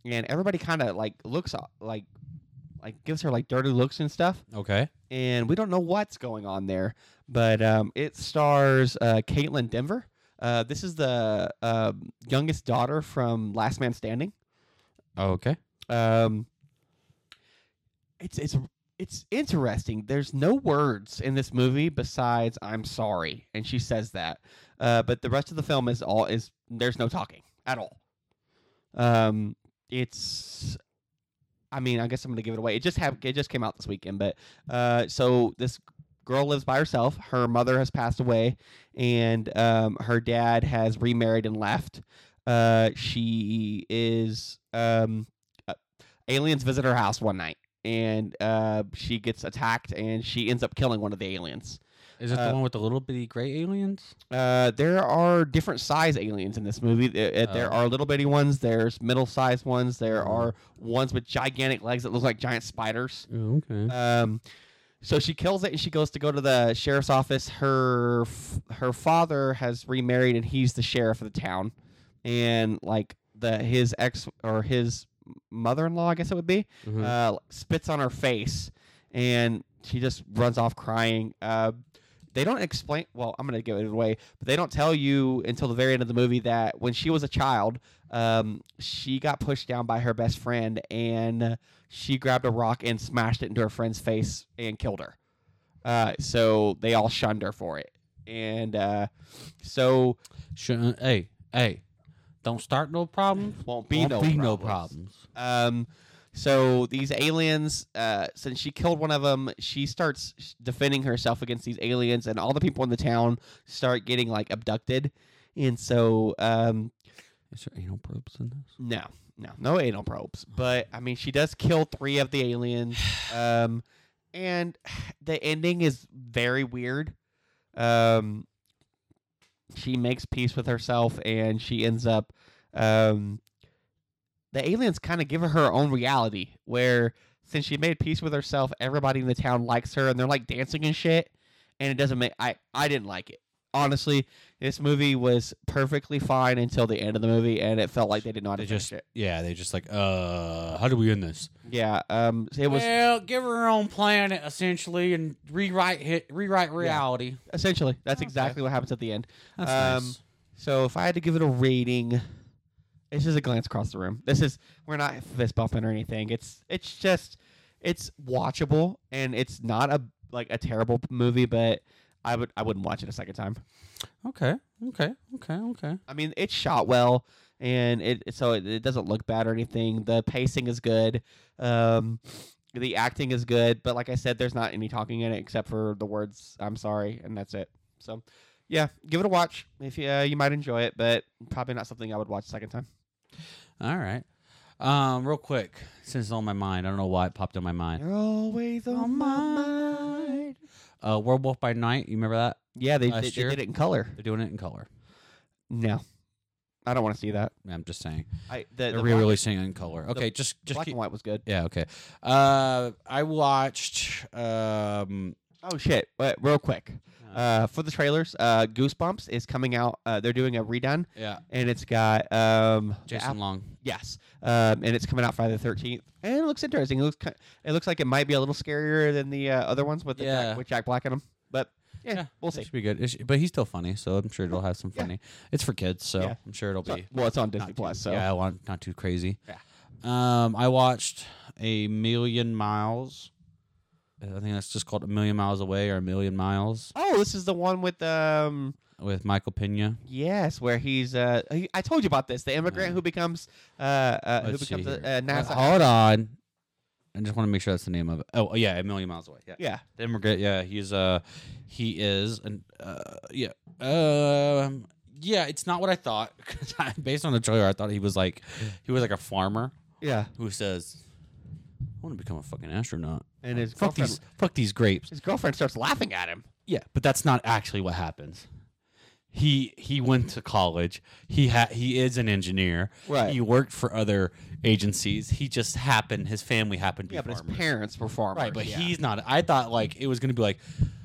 [SPEAKER 1] and everybody kind of like looks o- like like gives her like dirty looks and stuff.
[SPEAKER 3] Okay.
[SPEAKER 1] and we don't know what's going on there, but um, it stars uh, Caitlin Denver. Uh, this is the uh, youngest daughter from Last Man Standing.
[SPEAKER 3] Oh, Okay.
[SPEAKER 1] Um, it's it's it's interesting. There's no words in this movie besides "I'm sorry," and she says that. Uh, but the rest of the film is all is there's no talking at all. Um, it's. I mean, I guess I'm gonna give it away. It just have it just came out this weekend, but uh, so this girl lives by herself. Her mother has passed away, and um, her dad has remarried and left. Uh, she is um, aliens visit her house one night and uh, she gets attacked and she ends up killing one of the aliens
[SPEAKER 3] Is it
[SPEAKER 1] Uh,
[SPEAKER 3] the one with the little bitty gray aliens?
[SPEAKER 1] Uh, there are different size aliens in this movie. There, uh, there
[SPEAKER 3] Oh.
[SPEAKER 1] are little bitty ones. There's middle sized ones. There are ones with gigantic legs that look like giant spiders.
[SPEAKER 3] Oh, okay.
[SPEAKER 1] Um, so she kills it, and she goes to go to the sheriff's office. Her f- her father has remarried, and he's the sheriff of the town. And like the his ex or his mother in law, I guess it would be,
[SPEAKER 3] Mhm.
[SPEAKER 1] uh, spits on her face, and she just runs off crying. Uh, they don't explain. Well, I'm gonna give it away, but they don't tell you until the very end of the movie that when she was a child, um, she got pushed down by her best friend, and she grabbed a rock and smashed it into her friend's face and killed her. Uh, so they all shunned her for it, and uh, so
[SPEAKER 3] Shouldn't, hey, hey, don't start no problems.
[SPEAKER 1] won't be
[SPEAKER 3] won't
[SPEAKER 1] no
[SPEAKER 3] be
[SPEAKER 1] problems.
[SPEAKER 3] no problems.
[SPEAKER 1] Um, so these aliens, uh, since she killed one of them, she starts sh- defending herself against these aliens, and all the people in the town start getting like abducted. And so, um,
[SPEAKER 3] Is there anal probes in this?
[SPEAKER 1] no, no, no anal probes. But I mean, she does kill three of the aliens. Um, and [sighs] the ending is very weird. Um, she makes peace with herself, and she ends up. Um, the aliens kind of give her her own reality, where since she made peace with herself, everybody in the town likes her, and they're like dancing and shit. And it doesn't make I I didn't like it honestly. This movie was perfectly fine until the end of the movie, and it felt like they did not
[SPEAKER 3] They
[SPEAKER 1] finish
[SPEAKER 3] just,
[SPEAKER 1] it.
[SPEAKER 3] yeah, they just like, uh, how do we end this?
[SPEAKER 1] Yeah, um, it was
[SPEAKER 3] well, give her her own planet essentially, and rewrite hit, rewrite reality.
[SPEAKER 1] essentially that's
[SPEAKER 3] Okay.
[SPEAKER 1] exactly what happens at the end.
[SPEAKER 3] That's
[SPEAKER 1] Um,
[SPEAKER 3] nice.
[SPEAKER 1] So if I had to give it a rating, it's just a glance across the room. This is we're not fist bumping or anything. It's it's just it's watchable and it's not a like a terrible movie, but I would I wouldn't watch it a second time.
[SPEAKER 3] Okay, okay, okay, okay.
[SPEAKER 1] I mean, it's shot well, and it it- so it, it doesn't look bad or anything. The pacing is good. Um, the acting is good, but like I said, there's not any talking in it except for the words "I'm sorry" and that's it. So, yeah, give it a watch. If you uh, you might enjoy it, but probably not something I would watch a second time.
[SPEAKER 3] All right. Um, real quick, since it's on my mind, I don't know why it popped in my mind.
[SPEAKER 1] You're always on my mind.
[SPEAKER 3] Uh, Werewolf by Night, you remember that?
[SPEAKER 1] Yeah, they,
[SPEAKER 3] Last
[SPEAKER 1] they, they
[SPEAKER 3] year?
[SPEAKER 1] did it in color.
[SPEAKER 3] They're doing it in color.
[SPEAKER 1] No, I don't want to see that.
[SPEAKER 3] I'm just saying
[SPEAKER 1] I the,
[SPEAKER 3] they're
[SPEAKER 1] the
[SPEAKER 3] re
[SPEAKER 1] black,
[SPEAKER 3] releasing it in color. Okay, just just
[SPEAKER 1] black
[SPEAKER 3] keep.
[SPEAKER 1] and white was good.
[SPEAKER 3] Yeah, okay. Uh, I watched. Um,
[SPEAKER 1] Oh shit! But real quick, uh, for the trailers, uh, Goosebumps is coming out. Uh, they're doing a redone,
[SPEAKER 3] yeah,
[SPEAKER 1] and it's got um, the
[SPEAKER 3] Jason
[SPEAKER 1] app-
[SPEAKER 3] Long.
[SPEAKER 1] Yes, um, and it's coming out Friday the thirteenth, and it looks interesting. It looks ki- it looks like it might be a little scarier than the uh, other ones with the
[SPEAKER 3] Yeah.
[SPEAKER 1] Jack, with Jack Black in them, but yeah, Eh, we'll
[SPEAKER 3] it
[SPEAKER 1] see.
[SPEAKER 3] Should be good, It sh- but he's still funny, so I'm sure it'll have some
[SPEAKER 1] Yeah.
[SPEAKER 3] funny. It's for kids, so
[SPEAKER 1] Yeah.
[SPEAKER 3] I'm sure it'll
[SPEAKER 1] So-
[SPEAKER 3] be
[SPEAKER 1] well, it's on
[SPEAKER 3] not
[SPEAKER 1] Disney
[SPEAKER 3] too-
[SPEAKER 1] Plus, so
[SPEAKER 3] yeah, I want not too crazy.
[SPEAKER 1] Yeah.
[SPEAKER 3] Um, I watched a million miles. Uh, I think that's just called a million miles away or a million miles
[SPEAKER 1] Oh, this is the one with um
[SPEAKER 3] with Michael Pena.
[SPEAKER 1] yes, where he's uh he, I told you about this the immigrant
[SPEAKER 3] Uh,
[SPEAKER 1] who becomes uh, uh who
[SPEAKER 3] Let's see
[SPEAKER 1] becomes a,
[SPEAKER 3] here.
[SPEAKER 1] a NASA
[SPEAKER 3] Uh, hold on. I just want to make sure that's the name of it. Oh, yeah, a million miles away. Yeah.
[SPEAKER 1] yeah
[SPEAKER 3] The immigrant. Yeah, he's uh he is and uh yeah um yeah it's not what I thought [laughs] 'cause I- based on the trailer I thought he was like he was like a farmer
[SPEAKER 1] yeah
[SPEAKER 3] who says I want to become a fucking astronaut.
[SPEAKER 1] and his
[SPEAKER 3] Fuck
[SPEAKER 1] girlfriend
[SPEAKER 3] these fuck these grapes.
[SPEAKER 1] his girlfriend starts laughing at him.
[SPEAKER 3] Yeah, but that's not actually what happens. He he went to college. He ha- he is an engineer.
[SPEAKER 1] Right.
[SPEAKER 3] He worked for other agencies. He just happened his family happened to
[SPEAKER 1] Yeah,
[SPEAKER 3] be
[SPEAKER 1] but his
[SPEAKER 3] farmers.
[SPEAKER 1] parents were farmers.
[SPEAKER 3] Right, but
[SPEAKER 1] yeah. Oh,
[SPEAKER 3] he's not. I thought like it was gonna be like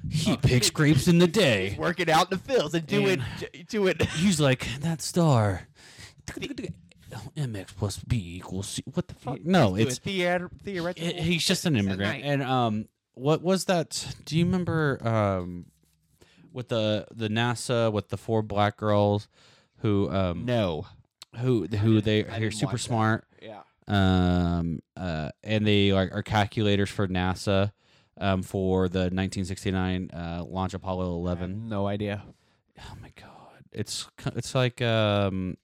[SPEAKER 3] he picks grapes in the day.
[SPEAKER 1] working out in the fields and doing doing.
[SPEAKER 3] He's like that star. MX plus B equals C. What the fuck? No,
[SPEAKER 1] doing
[SPEAKER 3] it's
[SPEAKER 1] theater, theoretical.
[SPEAKER 3] it- he's just an
[SPEAKER 1] night.
[SPEAKER 3] immigrant. And um, what was that? Do you remember um, with the the NASA with the four black girls who um
[SPEAKER 1] no.
[SPEAKER 3] who who they
[SPEAKER 1] I
[SPEAKER 3] they're
[SPEAKER 1] didn't
[SPEAKER 3] super
[SPEAKER 1] watch that.
[SPEAKER 3] smart
[SPEAKER 1] Yeah.
[SPEAKER 3] um, uh, and they are, are calculators for NASA um, for the 1969 uh, launch Apollo 11.
[SPEAKER 1] No idea.
[SPEAKER 3] Oh my god, it's ki- it's like um,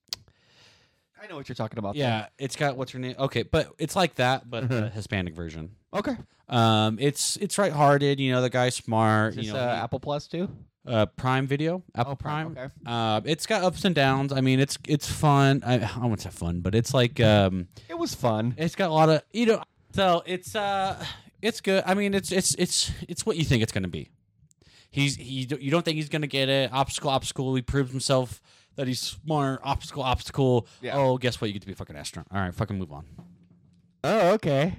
[SPEAKER 1] I know what you're talking about.
[SPEAKER 3] yeah, it's got what's her name? Okay, but it's like that,
[SPEAKER 1] [laughs]
[SPEAKER 3] but a Hispanic version.
[SPEAKER 1] though. Okay.
[SPEAKER 3] Um, it's it's right-hearted. You know, the guy's smart.
[SPEAKER 1] Is this
[SPEAKER 3] you know,
[SPEAKER 1] uh,
[SPEAKER 3] he-
[SPEAKER 1] Apple Plus too?
[SPEAKER 3] uh, Prime Video, Apple
[SPEAKER 1] Prime,
[SPEAKER 3] Prime.
[SPEAKER 1] okay.
[SPEAKER 3] Uh, it's got ups and downs. I mean, it's it's fun. I, I won't say fun, but it's like um,
[SPEAKER 1] It was fun.
[SPEAKER 3] It's got a lot of you know. So it's uh, it's good. I mean, it's it's it's it's what you think it's gonna be. He's he. d- You don't think he's gonna get it? Obstacle, obstacle. He proves himself that he's smart. Obstacle, obstacle.
[SPEAKER 1] Yeah.
[SPEAKER 3] Oh, guess what? You get to be a fucking astronaut. All right, fucking move on.
[SPEAKER 1] Oh, okay.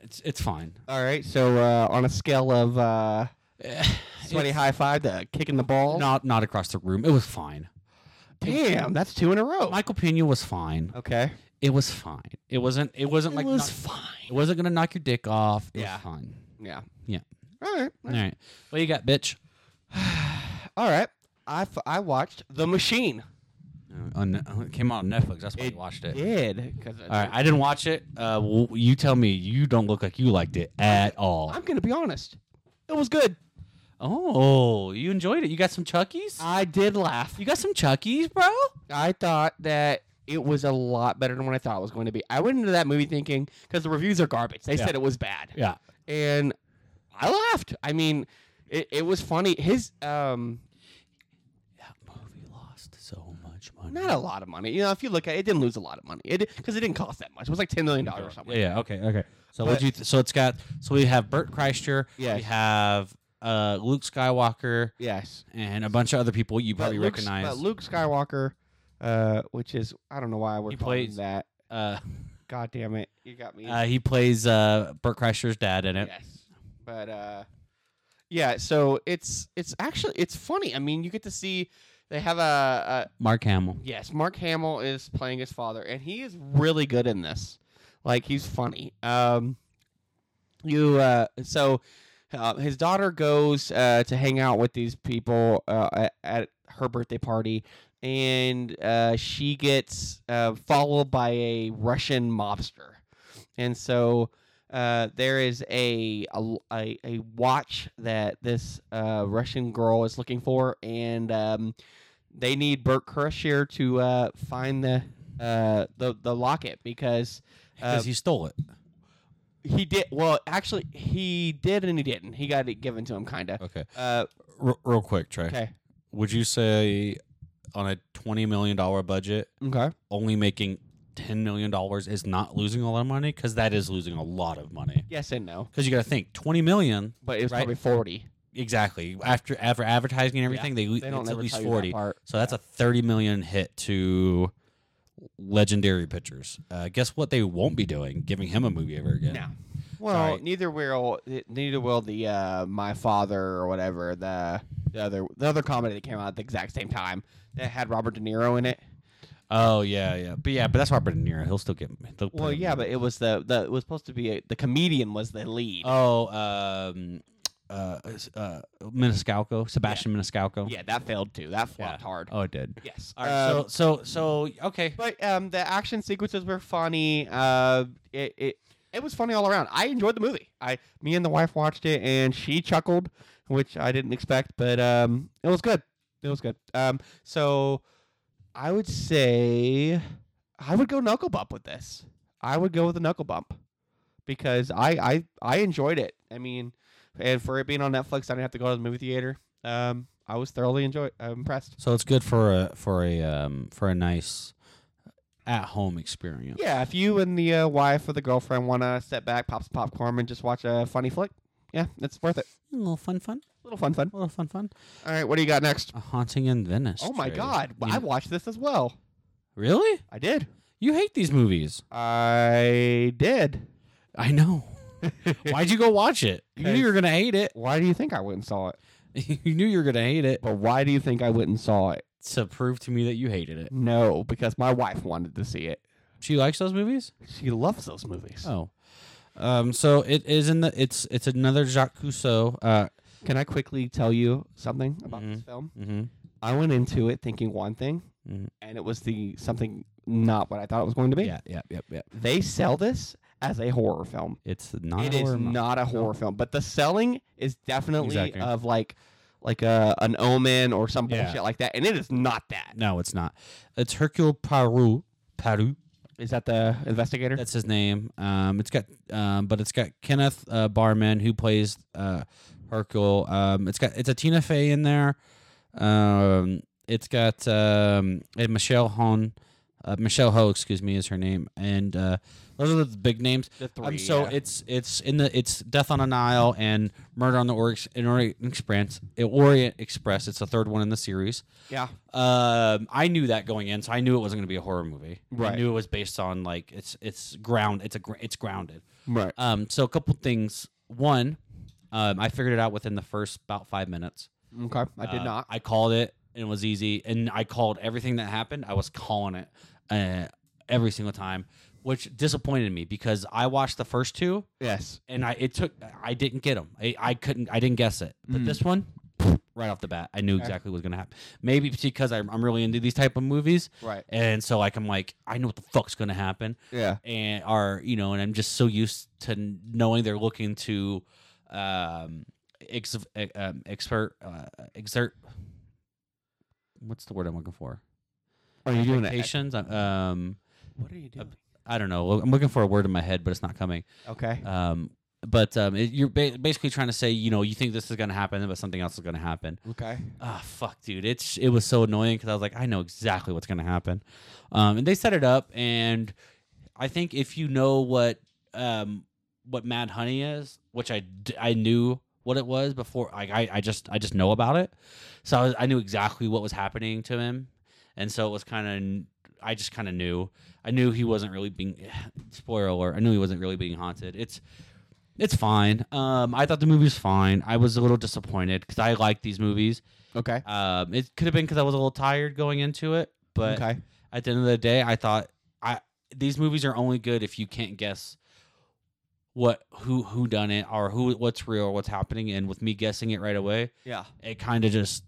[SPEAKER 3] It's it's fine.
[SPEAKER 1] All right. So uh, on a scale of [sighs] uh, sweaty
[SPEAKER 3] It's-
[SPEAKER 1] high five to kicking the ball.
[SPEAKER 3] Not not across the room. It was fine.
[SPEAKER 1] Damn, that's two in a row.
[SPEAKER 3] Michael Pena was fine.
[SPEAKER 1] okay.
[SPEAKER 3] It was fine. It wasn't. It wasn't like. knock-
[SPEAKER 1] fine.
[SPEAKER 3] it wasn't gonna knock your dick off. It
[SPEAKER 1] Yeah.
[SPEAKER 3] was fine.
[SPEAKER 1] Yeah.
[SPEAKER 3] Yeah.
[SPEAKER 1] All right.
[SPEAKER 3] All right. What you got, bitch?
[SPEAKER 1] All right. I, f- I watched The Machine.
[SPEAKER 3] Uh, on, it came out on Netflix. That's why you watched it.
[SPEAKER 1] Did because
[SPEAKER 3] All right, I didn't watch it. Uh, w you tell me. You don't look like you liked it at all.
[SPEAKER 1] I'm gonna be honest. It was good.
[SPEAKER 3] Oh, you enjoyed it. You got some Chuckies.
[SPEAKER 1] I did laugh.
[SPEAKER 3] You got some Chuckies, bro.
[SPEAKER 1] I thought that it was a lot better than what I thought it was going to be. I went into that movie thinking because the reviews are garbage. They
[SPEAKER 3] Yeah.
[SPEAKER 1] said it was bad.
[SPEAKER 3] Yeah.
[SPEAKER 1] and I laughed. I mean, it, it was funny. His um,
[SPEAKER 3] That movie lost so much money.
[SPEAKER 1] not a lot of money. You know, if you look at it, it didn't lose a lot of money. It because it didn't cost that much. It was like ten million dollars or something.
[SPEAKER 3] Yeah. yeah, Okay. Okay. So
[SPEAKER 1] But-
[SPEAKER 3] what you? Th- so it's got. So we have Burt Kreischer.
[SPEAKER 1] Yes.
[SPEAKER 3] We have uh, Luke Skywalker
[SPEAKER 1] Yes,
[SPEAKER 3] and a bunch of other people you
[SPEAKER 1] But
[SPEAKER 3] probably
[SPEAKER 1] Luke's-
[SPEAKER 3] recognize.
[SPEAKER 1] but Luke Skywalker, uh, which is I don't know why we're
[SPEAKER 3] He
[SPEAKER 1] calling
[SPEAKER 3] plays-
[SPEAKER 1] that.
[SPEAKER 3] uh,
[SPEAKER 1] God damn it, you got me.
[SPEAKER 3] uh, he plays uh, Burt Kreischer's dad in it.
[SPEAKER 1] Yes. But uh yeah, so it's it's actually it's funny. I mean, you get to see they have a,
[SPEAKER 3] Mark Hamill.
[SPEAKER 1] a yes, Mark Hamill is playing his father and he is really good in this. Like he's funny. Um you uh so uh, his daughter goes uh, to hang out with these people uh, at, at her birthday party, and uh, she gets uh, followed by a Russian mobster. And so uh, there is a, a l- a- a watch that this uh, Russian girl is looking for, and um, they need Burt Kreischer to uh, find the uh, the the locket because uh,
[SPEAKER 3] Because he stole it.
[SPEAKER 1] he did well. Actually, he did and he didn't. He got it given to him, kind of.
[SPEAKER 3] Okay.
[SPEAKER 1] Uh,
[SPEAKER 3] R- real quick, Trey.
[SPEAKER 1] okay.
[SPEAKER 3] Would you say on a twenty million dollar budget,
[SPEAKER 1] Okay.
[SPEAKER 3] only making ten million dollars is not losing a lot of money? Because that is losing a lot of money.
[SPEAKER 1] Yes and no,
[SPEAKER 3] Because you got to think twenty million
[SPEAKER 1] but it was
[SPEAKER 3] Right.
[SPEAKER 1] probably forty.
[SPEAKER 3] exactly after after advertising and everything. They,
[SPEAKER 1] They don't
[SPEAKER 3] it's at
[SPEAKER 1] ever
[SPEAKER 3] least
[SPEAKER 1] tell you that
[SPEAKER 3] forty.
[SPEAKER 1] part.
[SPEAKER 3] So that's a thirty million hit to legendary pictures. Uh, guess what? They won't be doing giving him a movie ever again.
[SPEAKER 1] No. Well,
[SPEAKER 3] Sorry.
[SPEAKER 1] neither will eh, neither will the uh, my father or whatever the the other the other comedy that came out at the exact same time that had Robert De Niro in it.
[SPEAKER 3] Oh yeah, yeah, but yeah, but that's Robert De Niro. He'll still get. they'll put
[SPEAKER 1] Well,
[SPEAKER 3] him
[SPEAKER 1] yeah,
[SPEAKER 3] in.
[SPEAKER 1] but it was the the it was supposed to be a, the comedian was the lead.
[SPEAKER 3] Oh, um, uh, is- uh, Maniscalco, Sebastian Maniscalco.
[SPEAKER 1] yeah, that failed too. That flopped
[SPEAKER 3] Yeah.
[SPEAKER 1] hard.
[SPEAKER 3] Oh, it did.
[SPEAKER 1] Yes.
[SPEAKER 3] All right.
[SPEAKER 1] Um,
[SPEAKER 3] so, so, so, okay.
[SPEAKER 1] But um, the action sequences were funny. Uh, it, it it was funny all around. I enjoyed the movie. I me and the wife watched it and she chuckled, which I didn't expect, but um, it was good. It was good. Um, so I would say I would go knuckle bump with this. I would go with a knuckle bump because I I I enjoyed it. I mean, and for it being on Netflix, I didn't have to go to the movie theater. Um, I was thoroughly enjoyed. I'm impressed.
[SPEAKER 3] So it's good for a for a um for a nice at home experience.
[SPEAKER 1] Yeah, if you and the uh, wife or the girlfriend want to sit back, pop some popcorn, and just watch a funny flick, yeah, it's worth it.
[SPEAKER 3] A little fun, fun.
[SPEAKER 1] A little fun, fun.
[SPEAKER 3] A little fun, fun.
[SPEAKER 1] All right, what do you got next?
[SPEAKER 3] A haunting in Venice.
[SPEAKER 1] Oh my
[SPEAKER 3] Trey.
[SPEAKER 1] God,
[SPEAKER 3] You
[SPEAKER 1] I
[SPEAKER 3] kn-
[SPEAKER 1] watched this as well.
[SPEAKER 3] really?
[SPEAKER 1] I did.
[SPEAKER 3] You hate these movies?
[SPEAKER 1] I did.
[SPEAKER 3] I know. [laughs] Why'd you go watch it? You knew you were gonna hate it.
[SPEAKER 1] Why do you think I went and saw it?
[SPEAKER 3] [laughs] you knew you were gonna hate it
[SPEAKER 1] But why do you think I went and saw it?
[SPEAKER 3] to prove to me that you hated it.
[SPEAKER 1] No, because my wife wanted to see it.
[SPEAKER 3] She likes those movies.
[SPEAKER 1] She loves those movies.
[SPEAKER 3] Oh. Um, so it is in the it's it's another Jacques Cousteau. Uh,
[SPEAKER 1] Can I quickly tell you something about this film?
[SPEAKER 3] mhm.
[SPEAKER 1] I went into it thinking one thing,
[SPEAKER 3] Mhm.
[SPEAKER 1] and it was the something not what I thought it was going to be.
[SPEAKER 3] yeah, yeah, yeah, yeah.
[SPEAKER 1] They sell this as a horror film.
[SPEAKER 3] It's not.
[SPEAKER 1] It
[SPEAKER 3] a
[SPEAKER 1] is
[SPEAKER 3] horror mo-
[SPEAKER 1] not a horror film, but the selling is definitely
[SPEAKER 3] Exactly.
[SPEAKER 1] of like like a an omen or some
[SPEAKER 3] Yeah.
[SPEAKER 1] bullshit like that, and it is not that.
[SPEAKER 3] No, it's not. It's Hercule Paru. Paru.
[SPEAKER 1] Is that the investigator?
[SPEAKER 3] That's his name. Um, it's got, um, but it's got Kenneth uh, Barman who plays uh, Hercule. Um, it's got it's a Tina Fey in there. Um, it's got um, and Michelle Hahn. Uh, Michelle Ho, excuse me, is her name, and uh, those are the big names.
[SPEAKER 1] The
[SPEAKER 3] Um,
[SPEAKER 1] three,
[SPEAKER 3] so
[SPEAKER 1] yeah.
[SPEAKER 3] it's it's in the it's Death on a Nile and Murder on the Orient, Orient Express. uh, Orient Express. It's the third one in the series.
[SPEAKER 1] Yeah.
[SPEAKER 3] Um, I knew that going in, so I knew it wasn't going to be a horror movie. I
[SPEAKER 1] Right.
[SPEAKER 3] knew it was based on like it's it's ground. It's a gr- it's grounded.
[SPEAKER 1] Right.
[SPEAKER 3] Um, so a couple things. One, um, I figured it out within the first about five minutes.
[SPEAKER 1] okay. I did
[SPEAKER 3] Uh,
[SPEAKER 1] not.
[SPEAKER 3] I called it, and it was easy. And I called everything that happened. I was calling it uh, every single time, which disappointed me because I watched the first two,
[SPEAKER 1] yes.
[SPEAKER 3] and I it took I didn't get them. I, I couldn't. I didn't guess it.
[SPEAKER 1] Mm.
[SPEAKER 3] But this one, right off the bat, I knew exactly what was gonna happen. Maybe because I'm, I'm really into these type of movies,
[SPEAKER 1] Right.
[SPEAKER 3] And so like I'm like I know what the fuck's gonna happen
[SPEAKER 1] Yeah.
[SPEAKER 3] and are you know and i'm just so used to n- knowing they're looking to um ex- e- um, expert uh, exert what's the word i'm looking for
[SPEAKER 1] Are you doing it?
[SPEAKER 3] expectations um
[SPEAKER 1] What are you doing?
[SPEAKER 3] i don't know i'm looking for a word in my head but it's not coming
[SPEAKER 1] Okay.
[SPEAKER 3] um but um it, you're ba- basically trying to say you know you think this is going to happen but something else is going to happen
[SPEAKER 1] okay.
[SPEAKER 3] Ah, fuck, dude. It's it was so annoying because I was like, I know exactly what's gonna happen, um, and they set it up. And I think if you know what um, what Mad Honey is, which I, d- I knew what it was before. Like I, I just I just know about it, so I, was, I knew exactly what was happening to him, and so it was kind of I just kind of knew. I knew he wasn't really being [sighs] spoiler alert. I knew he wasn't really being haunted. It's it's fine. Um, I thought the movie was fine. I was a little disappointed because I like these movies.
[SPEAKER 1] Okay.
[SPEAKER 3] Um, it could have been because I was a little tired going into it, but
[SPEAKER 1] okay.
[SPEAKER 3] at the end of the day, I thought I these movies are only good if you can't guess what who who done it or who what's real, what's happening. And with me guessing it right away,
[SPEAKER 1] Yeah.
[SPEAKER 3] it kind of just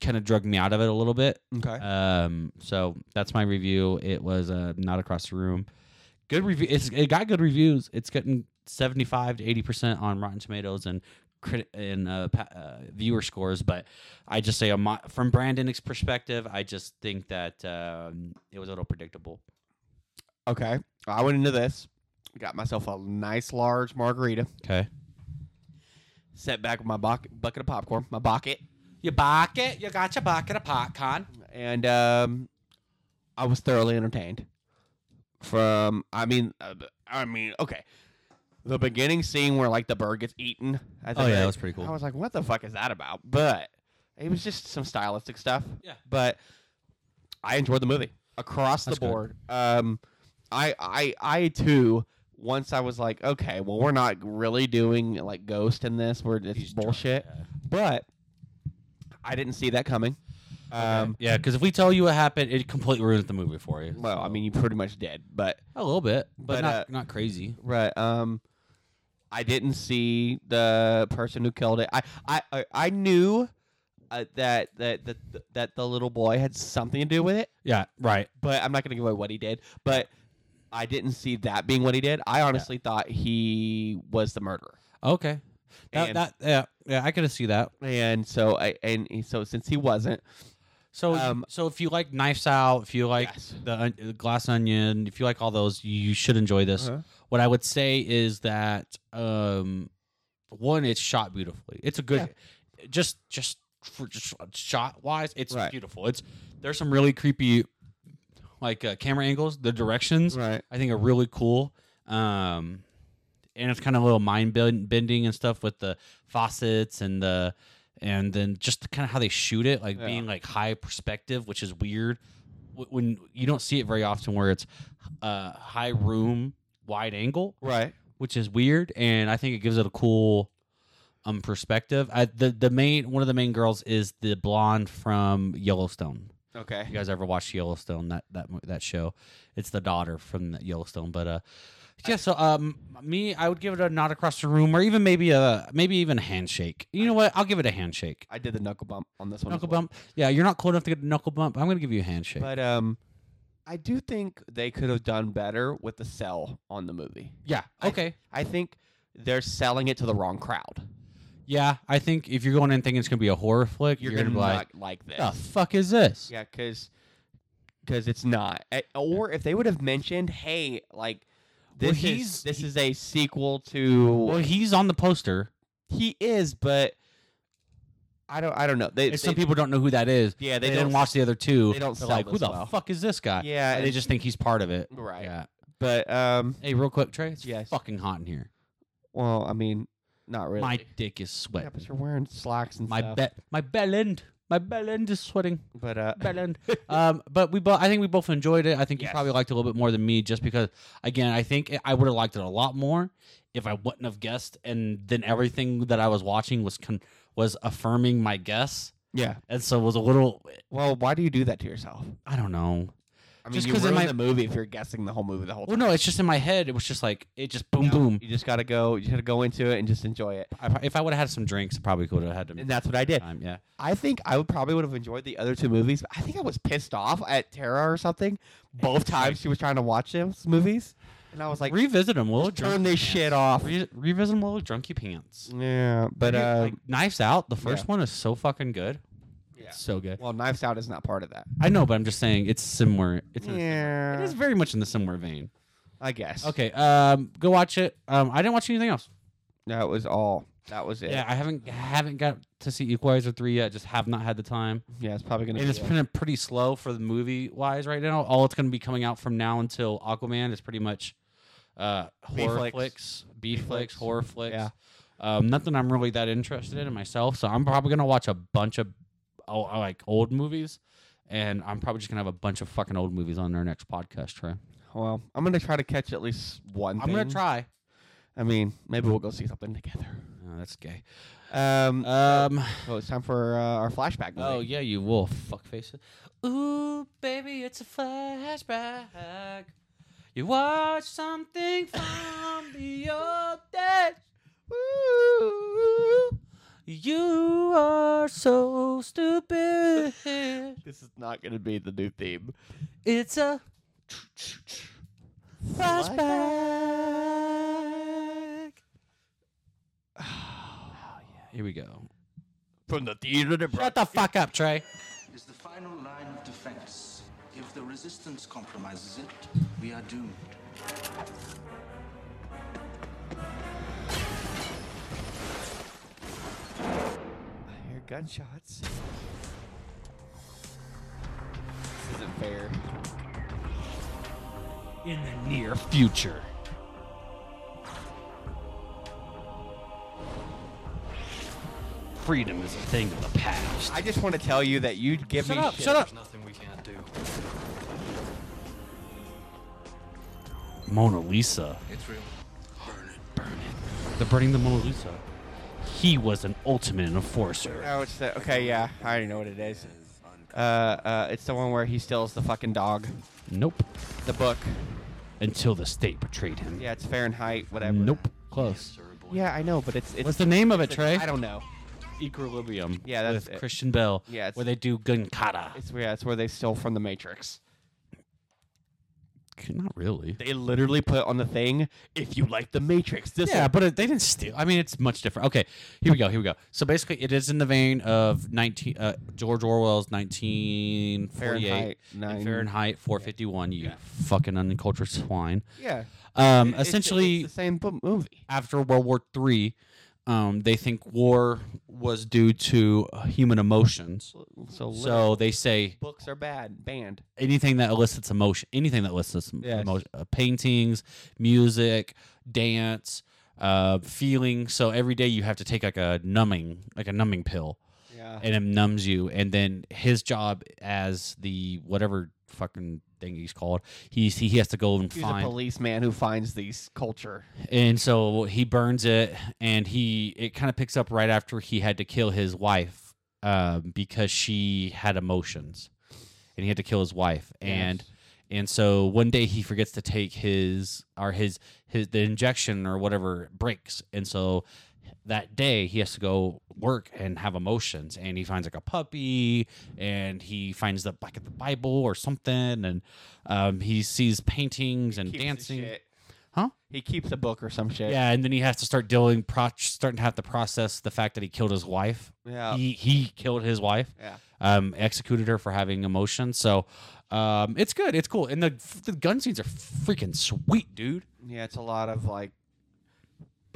[SPEAKER 3] kind of drug me out of it a little bit.
[SPEAKER 1] Okay.
[SPEAKER 3] [laughs] Um, so that's my review. It was uh, not across the room. Good review. It's it got good reviews. It's getting seventy five to eighty percent on Rotten Tomatoes and crit and uh, pa- uh, viewer scores. But I just say a mo- from Brandon's perspective, I just think that um, it was a little predictable.
[SPEAKER 1] Okay. I went into this, got myself a nice large margarita,
[SPEAKER 3] Okay.
[SPEAKER 1] set back with my buck bucket of popcorn, my bucket,
[SPEAKER 3] You bucket, you got your bucket of popcorn.
[SPEAKER 1] and um, I was thoroughly entertained. From I mean, uh, I mean, okay, the beginning scene where like the bird gets eaten. I think
[SPEAKER 3] Oh, yeah,
[SPEAKER 1] I-
[SPEAKER 3] that was pretty cool.
[SPEAKER 1] I was like, what the fuck is that about? But it was just some stylistic stuff.
[SPEAKER 3] Yeah.
[SPEAKER 1] But I enjoyed the movie across
[SPEAKER 3] That's
[SPEAKER 1] the
[SPEAKER 3] good.
[SPEAKER 1] board. Um, I I I too. Once I was like, okay, well, we're not really doing like ghost in this. We're it's
[SPEAKER 3] He's drunk,
[SPEAKER 1] bullshit.
[SPEAKER 3] yeah.
[SPEAKER 1] But I didn't see that coming. Um,
[SPEAKER 3] Yeah, because if we tell you what happened, it completely ruins the movie for you.
[SPEAKER 1] well, I mean, you pretty much did, but
[SPEAKER 3] a little bit, but,
[SPEAKER 1] But,
[SPEAKER 3] not
[SPEAKER 1] uh,
[SPEAKER 3] not crazy.
[SPEAKER 1] right. Um, I didn't see the person who killed it. I I I, I knew uh, that that that that the little boy had something to do with it,
[SPEAKER 3] Yeah, right.
[SPEAKER 1] but I'm not gonna give away what he did. But I didn't see that being what he did. I honestly thought he was the murderer.
[SPEAKER 3] Okay. That,
[SPEAKER 1] And-
[SPEAKER 3] that yeah yeah I could see that.
[SPEAKER 1] And so I and so since he wasn't,
[SPEAKER 3] So
[SPEAKER 1] Um,
[SPEAKER 3] so if you like Knives Out, if you like
[SPEAKER 1] Yes.
[SPEAKER 3] the on- the Glass Onion, if you like all those, you should enjoy this.
[SPEAKER 1] Uh-huh.
[SPEAKER 3] What I would say is that um, one, it's shot beautifully. It's a good, just just for just shot wise, it's
[SPEAKER 1] Right.
[SPEAKER 3] beautiful. It's there's some really creepy like uh, camera angles. The directions
[SPEAKER 1] Right.
[SPEAKER 3] I think are really cool. Um, and it's kind of a little mind bend- bending and stuff with the faucets and the and then just kind of how they shoot it, like
[SPEAKER 1] Yeah.
[SPEAKER 3] being like high perspective, which is weird Wh- when you don't see it very often, where it's uh, high room, wide angle,
[SPEAKER 1] right?
[SPEAKER 3] which is weird, and I think it gives it a cool um perspective. I, the the main one of the main girls is the blonde from Yellowstone.
[SPEAKER 1] Okay.
[SPEAKER 3] If you guys ever watched Yellowstone, that that mo- that show, it's the daughter from the Yellowstone. But uh, yeah. So um, me, I would give it a nod across the room, or even maybe a maybe even a handshake. You know what? I'll give it a handshake.
[SPEAKER 1] I did the knuckle bump on this one. as
[SPEAKER 3] Knuckle
[SPEAKER 1] well.
[SPEAKER 3] bump. Yeah, you're not cool enough to get a knuckle bump. I'm gonna give you a handshake.
[SPEAKER 1] But um, I do think they could have done better with the sell on the movie.
[SPEAKER 3] yeah.
[SPEAKER 1] I-
[SPEAKER 3] Okay.
[SPEAKER 1] I think they're selling it to the wrong crowd.
[SPEAKER 3] yeah, I think if you're going in thinking it's gonna be a horror flick,
[SPEAKER 1] You're,
[SPEAKER 3] you're,
[SPEAKER 1] gonna,
[SPEAKER 3] be like, "Oh,
[SPEAKER 1] not like this.
[SPEAKER 3] the fuck is this?
[SPEAKER 1] Yeah, because it's not. A- Or if they would have mentioned, hey, like
[SPEAKER 3] Well,
[SPEAKER 1] this
[SPEAKER 3] he's-
[SPEAKER 1] is this is a sequel to
[SPEAKER 3] Well, he's on the poster.
[SPEAKER 1] he is, but I don't. I don't know. They,
[SPEAKER 3] And
[SPEAKER 1] they-
[SPEAKER 3] some people don't know who that is.
[SPEAKER 1] Yeah, they
[SPEAKER 3] they didn't
[SPEAKER 1] don't-
[SPEAKER 3] watch the other two.
[SPEAKER 1] they don't sell
[SPEAKER 3] They're like, who
[SPEAKER 1] this
[SPEAKER 3] the
[SPEAKER 1] well."
[SPEAKER 3] fuck is this guy?
[SPEAKER 1] Yeah,
[SPEAKER 3] and they
[SPEAKER 1] it's-
[SPEAKER 3] just think he's part of it.
[SPEAKER 1] Right.
[SPEAKER 3] Yeah.
[SPEAKER 1] but um.
[SPEAKER 3] Hey, real quick, Trey. It's
[SPEAKER 1] Yes.
[SPEAKER 3] fucking hot in here.
[SPEAKER 1] Well, I mean, not really.
[SPEAKER 3] My dick is
[SPEAKER 1] yeah,
[SPEAKER 3] sweating.
[SPEAKER 1] but you're wearing slacks and
[SPEAKER 3] my
[SPEAKER 1] stuff.
[SPEAKER 3] bet, my bell end, my bell end is sweating.
[SPEAKER 1] But uh,
[SPEAKER 3] Bell end. [laughs] um, but we both. I think we both enjoyed it. I think you
[SPEAKER 1] Yes.
[SPEAKER 3] probably liked it a little bit more than me, just because. Again, I think I would have liked it a lot more if I wouldn't have guessed, and then everything that I was watching was con- was affirming my guess,
[SPEAKER 1] yeah.
[SPEAKER 3] and so it was a little.
[SPEAKER 1] Well, why do you do that to yourself?
[SPEAKER 3] I don't know.
[SPEAKER 1] I mean,
[SPEAKER 3] Just
[SPEAKER 1] you
[SPEAKER 3] 'cause it
[SPEAKER 1] ruin
[SPEAKER 3] might-
[SPEAKER 1] the movie if you're guessing the whole movie the whole
[SPEAKER 3] Well,
[SPEAKER 1] time.
[SPEAKER 3] no, it's just in my head. It was just like it just boom,
[SPEAKER 1] You know,
[SPEAKER 3] boom.
[SPEAKER 1] You just gotta go. You gotta go into it and just enjoy it.
[SPEAKER 3] I, pro- if I would have had some drinks, I probably could have had them.
[SPEAKER 1] And that's what I did.
[SPEAKER 3] Time, yeah.
[SPEAKER 1] I think I would probably would have enjoyed the other two movies. But I think I was pissed off at Tara or something both times she was trying to watch those movies, and I was like,
[SPEAKER 3] revisit them. We'll
[SPEAKER 1] turn this shit off.
[SPEAKER 3] Re- revisit them. We'll drunk you pants.
[SPEAKER 1] Yeah, but
[SPEAKER 3] Dude,
[SPEAKER 1] uh,
[SPEAKER 3] like, Knives Out, the first
[SPEAKER 1] yeah.
[SPEAKER 3] one is so fucking good.
[SPEAKER 1] Yeah.
[SPEAKER 3] It's so good.
[SPEAKER 1] well, Knives Out is not part of that.
[SPEAKER 3] I know, but I'm just saying it's similar. It's in a-
[SPEAKER 1] Yeah,
[SPEAKER 3] it is very much in the similar vein.
[SPEAKER 1] I guess.
[SPEAKER 3] Okay, um, go watch it. Um, I didn't watch anything else.
[SPEAKER 1] that was all. That was it.
[SPEAKER 3] Yeah, I haven't haven't got to see Equalizer three yet. Just have not had the time.
[SPEAKER 1] Yeah, it's probably gonna.
[SPEAKER 3] And
[SPEAKER 1] be
[SPEAKER 3] it's
[SPEAKER 1] it.
[SPEAKER 3] been pretty slow for the movie wise right now. All it's going to be coming out from now until Aquaman is pretty much uh, horror
[SPEAKER 1] B-flicks.
[SPEAKER 3] flicks, B flicks,
[SPEAKER 1] B-flicks.
[SPEAKER 3] horror flicks.
[SPEAKER 1] Yeah.
[SPEAKER 3] Um, nothing I'm really that interested in myself. So I'm probably going to watch a bunch of oh, I like old movies. And I'm probably just going to have a bunch of fucking old movies on our next podcast, Trey.
[SPEAKER 1] Well, I'm gonna try to catch at least one.
[SPEAKER 3] I'm going
[SPEAKER 1] thing.
[SPEAKER 3] to try.
[SPEAKER 1] I mean, maybe we'll go see something together.
[SPEAKER 3] Oh, that's gay.
[SPEAKER 1] Um,
[SPEAKER 3] Um,
[SPEAKER 1] well, it's time for uh, our flashback. Movie.
[SPEAKER 3] oh, yeah, you will. Fuck faces. Ooh, baby, it's a flashback. You watch something from the old days. Ooh, you are so stupid.
[SPEAKER 1] This is not gonna be the new theme.
[SPEAKER 3] It's a [sighs] flashback. Oh, yeah. Here we go.
[SPEAKER 1] From the theater to
[SPEAKER 3] Shut the fuck up, Trey.
[SPEAKER 6] is the final line of defense. If the resistance compromises it, we are doomed.
[SPEAKER 1] I hear gunshots. This isn't fair.
[SPEAKER 3] In the near future. Freedom is a thing of the past.
[SPEAKER 1] I just want to tell you that you give
[SPEAKER 3] shut
[SPEAKER 1] me
[SPEAKER 3] up,
[SPEAKER 1] shit.
[SPEAKER 3] shut up. Mona Lisa.
[SPEAKER 6] It's real.
[SPEAKER 3] They're burning the Mona Lisa. He was an ultimate enforcer.
[SPEAKER 1] Oh, it's the, okay, yeah, I already know what it is. Uh, uh, it's the one where he steals the fucking dog,
[SPEAKER 3] Nope.
[SPEAKER 1] the book.
[SPEAKER 3] Until the state betrayed him.
[SPEAKER 1] Yeah, it's Fahrenheit, whatever.
[SPEAKER 3] Nope. Close.
[SPEAKER 1] Yeah, I know, but it's it's.
[SPEAKER 3] What's the name of it,
[SPEAKER 1] it's-
[SPEAKER 3] Trey?
[SPEAKER 1] I don't know.
[SPEAKER 3] Equilibrium.
[SPEAKER 1] Yeah, that's
[SPEAKER 3] with
[SPEAKER 1] it.
[SPEAKER 3] Christian Bell.
[SPEAKER 1] Yeah, it's-
[SPEAKER 3] where they do gunkata.
[SPEAKER 1] It's yeah, it's where they stole from the Matrix.
[SPEAKER 3] Not really.
[SPEAKER 1] They literally put on the thing, if you like the Matrix, this
[SPEAKER 3] Yeah, but it, they didn't steal. I mean, it's much different. Okay, here we go. Here we go. So basically, it is in the vein of nineteen uh, George Orwell's nineteen forty eight
[SPEAKER 1] Fahrenheit nine-
[SPEAKER 3] Fahrenheit four fifty one. You fucking uncultured swine.
[SPEAKER 1] yeah. It's-
[SPEAKER 3] Um,
[SPEAKER 1] it's
[SPEAKER 3] essentially,
[SPEAKER 1] the same bu- movie.
[SPEAKER 3] after World War Three, um, they think war was due to uh, human emotions.
[SPEAKER 1] So,
[SPEAKER 3] So they say
[SPEAKER 1] books are bad, banned.
[SPEAKER 3] anything that elicits emotion, anything that elicits
[SPEAKER 1] Yes.
[SPEAKER 3] emotion, uh, paintings, music, dance, uh, feeling. So every day you have to take like a numbing, like a numbing pill,
[SPEAKER 1] Yeah.
[SPEAKER 3] and it numbs you. And then his job as the whatever fucking thing he's called, he's he has to go and
[SPEAKER 1] He's a
[SPEAKER 3] find
[SPEAKER 1] policeman who finds these culture.
[SPEAKER 3] and so he burns it and he it kind of picks up right after he had to kill his wife um, because she had emotions and he had to kill his wife and
[SPEAKER 1] Yes.
[SPEAKER 3] and so one day he forgets to take his or his his the injection or whatever breaks and so that day he has to go work and have emotions and he finds like a puppy and he finds the like the bible or something and um, he sees paintings and
[SPEAKER 1] Keeps the
[SPEAKER 3] dancing
[SPEAKER 1] shit.
[SPEAKER 3] Huh?
[SPEAKER 1] He keeps a book or some shit.
[SPEAKER 3] yeah, and then he has to start dealing, pro- starting to have to process the fact that he killed his wife.
[SPEAKER 1] Yeah.
[SPEAKER 3] He he killed his wife.
[SPEAKER 1] Yeah.
[SPEAKER 3] Um, executed her for having emotions. So, um, it's good. It's cool. And the the gun scenes are freaking sweet, dude.
[SPEAKER 1] Yeah, it's a lot of like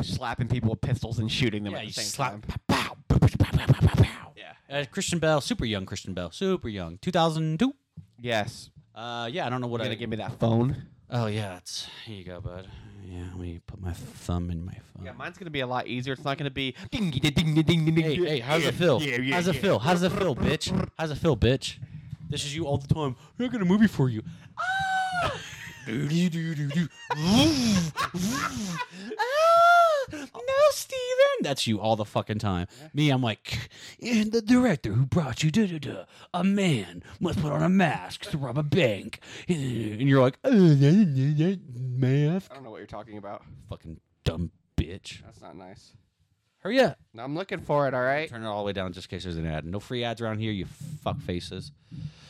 [SPEAKER 1] slapping people with pistols and shooting them
[SPEAKER 3] Yeah,
[SPEAKER 1] at
[SPEAKER 3] you
[SPEAKER 1] the same
[SPEAKER 3] slap.
[SPEAKER 1] time.
[SPEAKER 3] Pow, pow, pow, pow, pow, pow, pow, pow.
[SPEAKER 1] Yeah.
[SPEAKER 3] Uh, Christian Bell, super young Christian Bell, super young, 2002.
[SPEAKER 1] Yes.
[SPEAKER 3] Uh, yeah, I don't know what
[SPEAKER 1] You're
[SPEAKER 3] I.
[SPEAKER 1] gonna give me that phone.
[SPEAKER 3] oh yeah, it's here you go, bud. Yeah, let me put my thumb in my phone.
[SPEAKER 1] Yeah, mine's gonna be a lot easier. It's not gonna be ding ding ding ding ding ding.
[SPEAKER 3] Hey, hey, how's it feel? how's it feel? How's it feel, bitch? How's it feel, bitch? This is you all the time. I got a movie for you. Ah! [laughs] Do-do-do-do-do. Ah! No, Steven. That's you all the fucking time. Me, I'm like, and the director who brought you, da-da-da, a man must put on a mask to rob a bank. And you're like, uh, mask.
[SPEAKER 1] I don't know what you're talking about.
[SPEAKER 3] Fucking dumb bitch.
[SPEAKER 1] That's not nice.
[SPEAKER 3] Hurry up.
[SPEAKER 1] No, I'm looking for it. All right.
[SPEAKER 3] Turn it all the way down just in case there's an ad. No free ads around here, you fuck faces.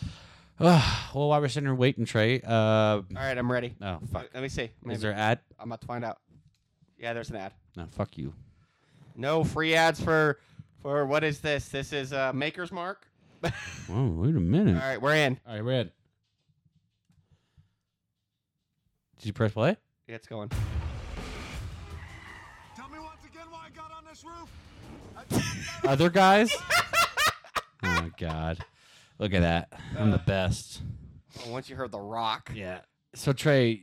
[SPEAKER 3] [sighs] Ugh, well, while we're sitting here waiting, Trey. Uh,
[SPEAKER 1] All right, I'm ready.
[SPEAKER 3] oh, fuck.
[SPEAKER 1] Let me see. Maybe.
[SPEAKER 3] Is there ad?
[SPEAKER 1] I'm about to find out. Yeah, there's an ad.
[SPEAKER 3] No, fuck you.
[SPEAKER 1] No free ads for for what is this? This is uh, Maker's Mark. All
[SPEAKER 3] Whoa, wait a minute. All right,
[SPEAKER 1] right, we're in.
[SPEAKER 3] we're in. Did you press play?
[SPEAKER 1] Yeah, it's going. [laughs]
[SPEAKER 3] Other guys? oh, my God. Look at that. I'm the
[SPEAKER 1] Uh,
[SPEAKER 3] best.
[SPEAKER 1] Oh, once you heard the rock.
[SPEAKER 3] Yeah. So, Trey,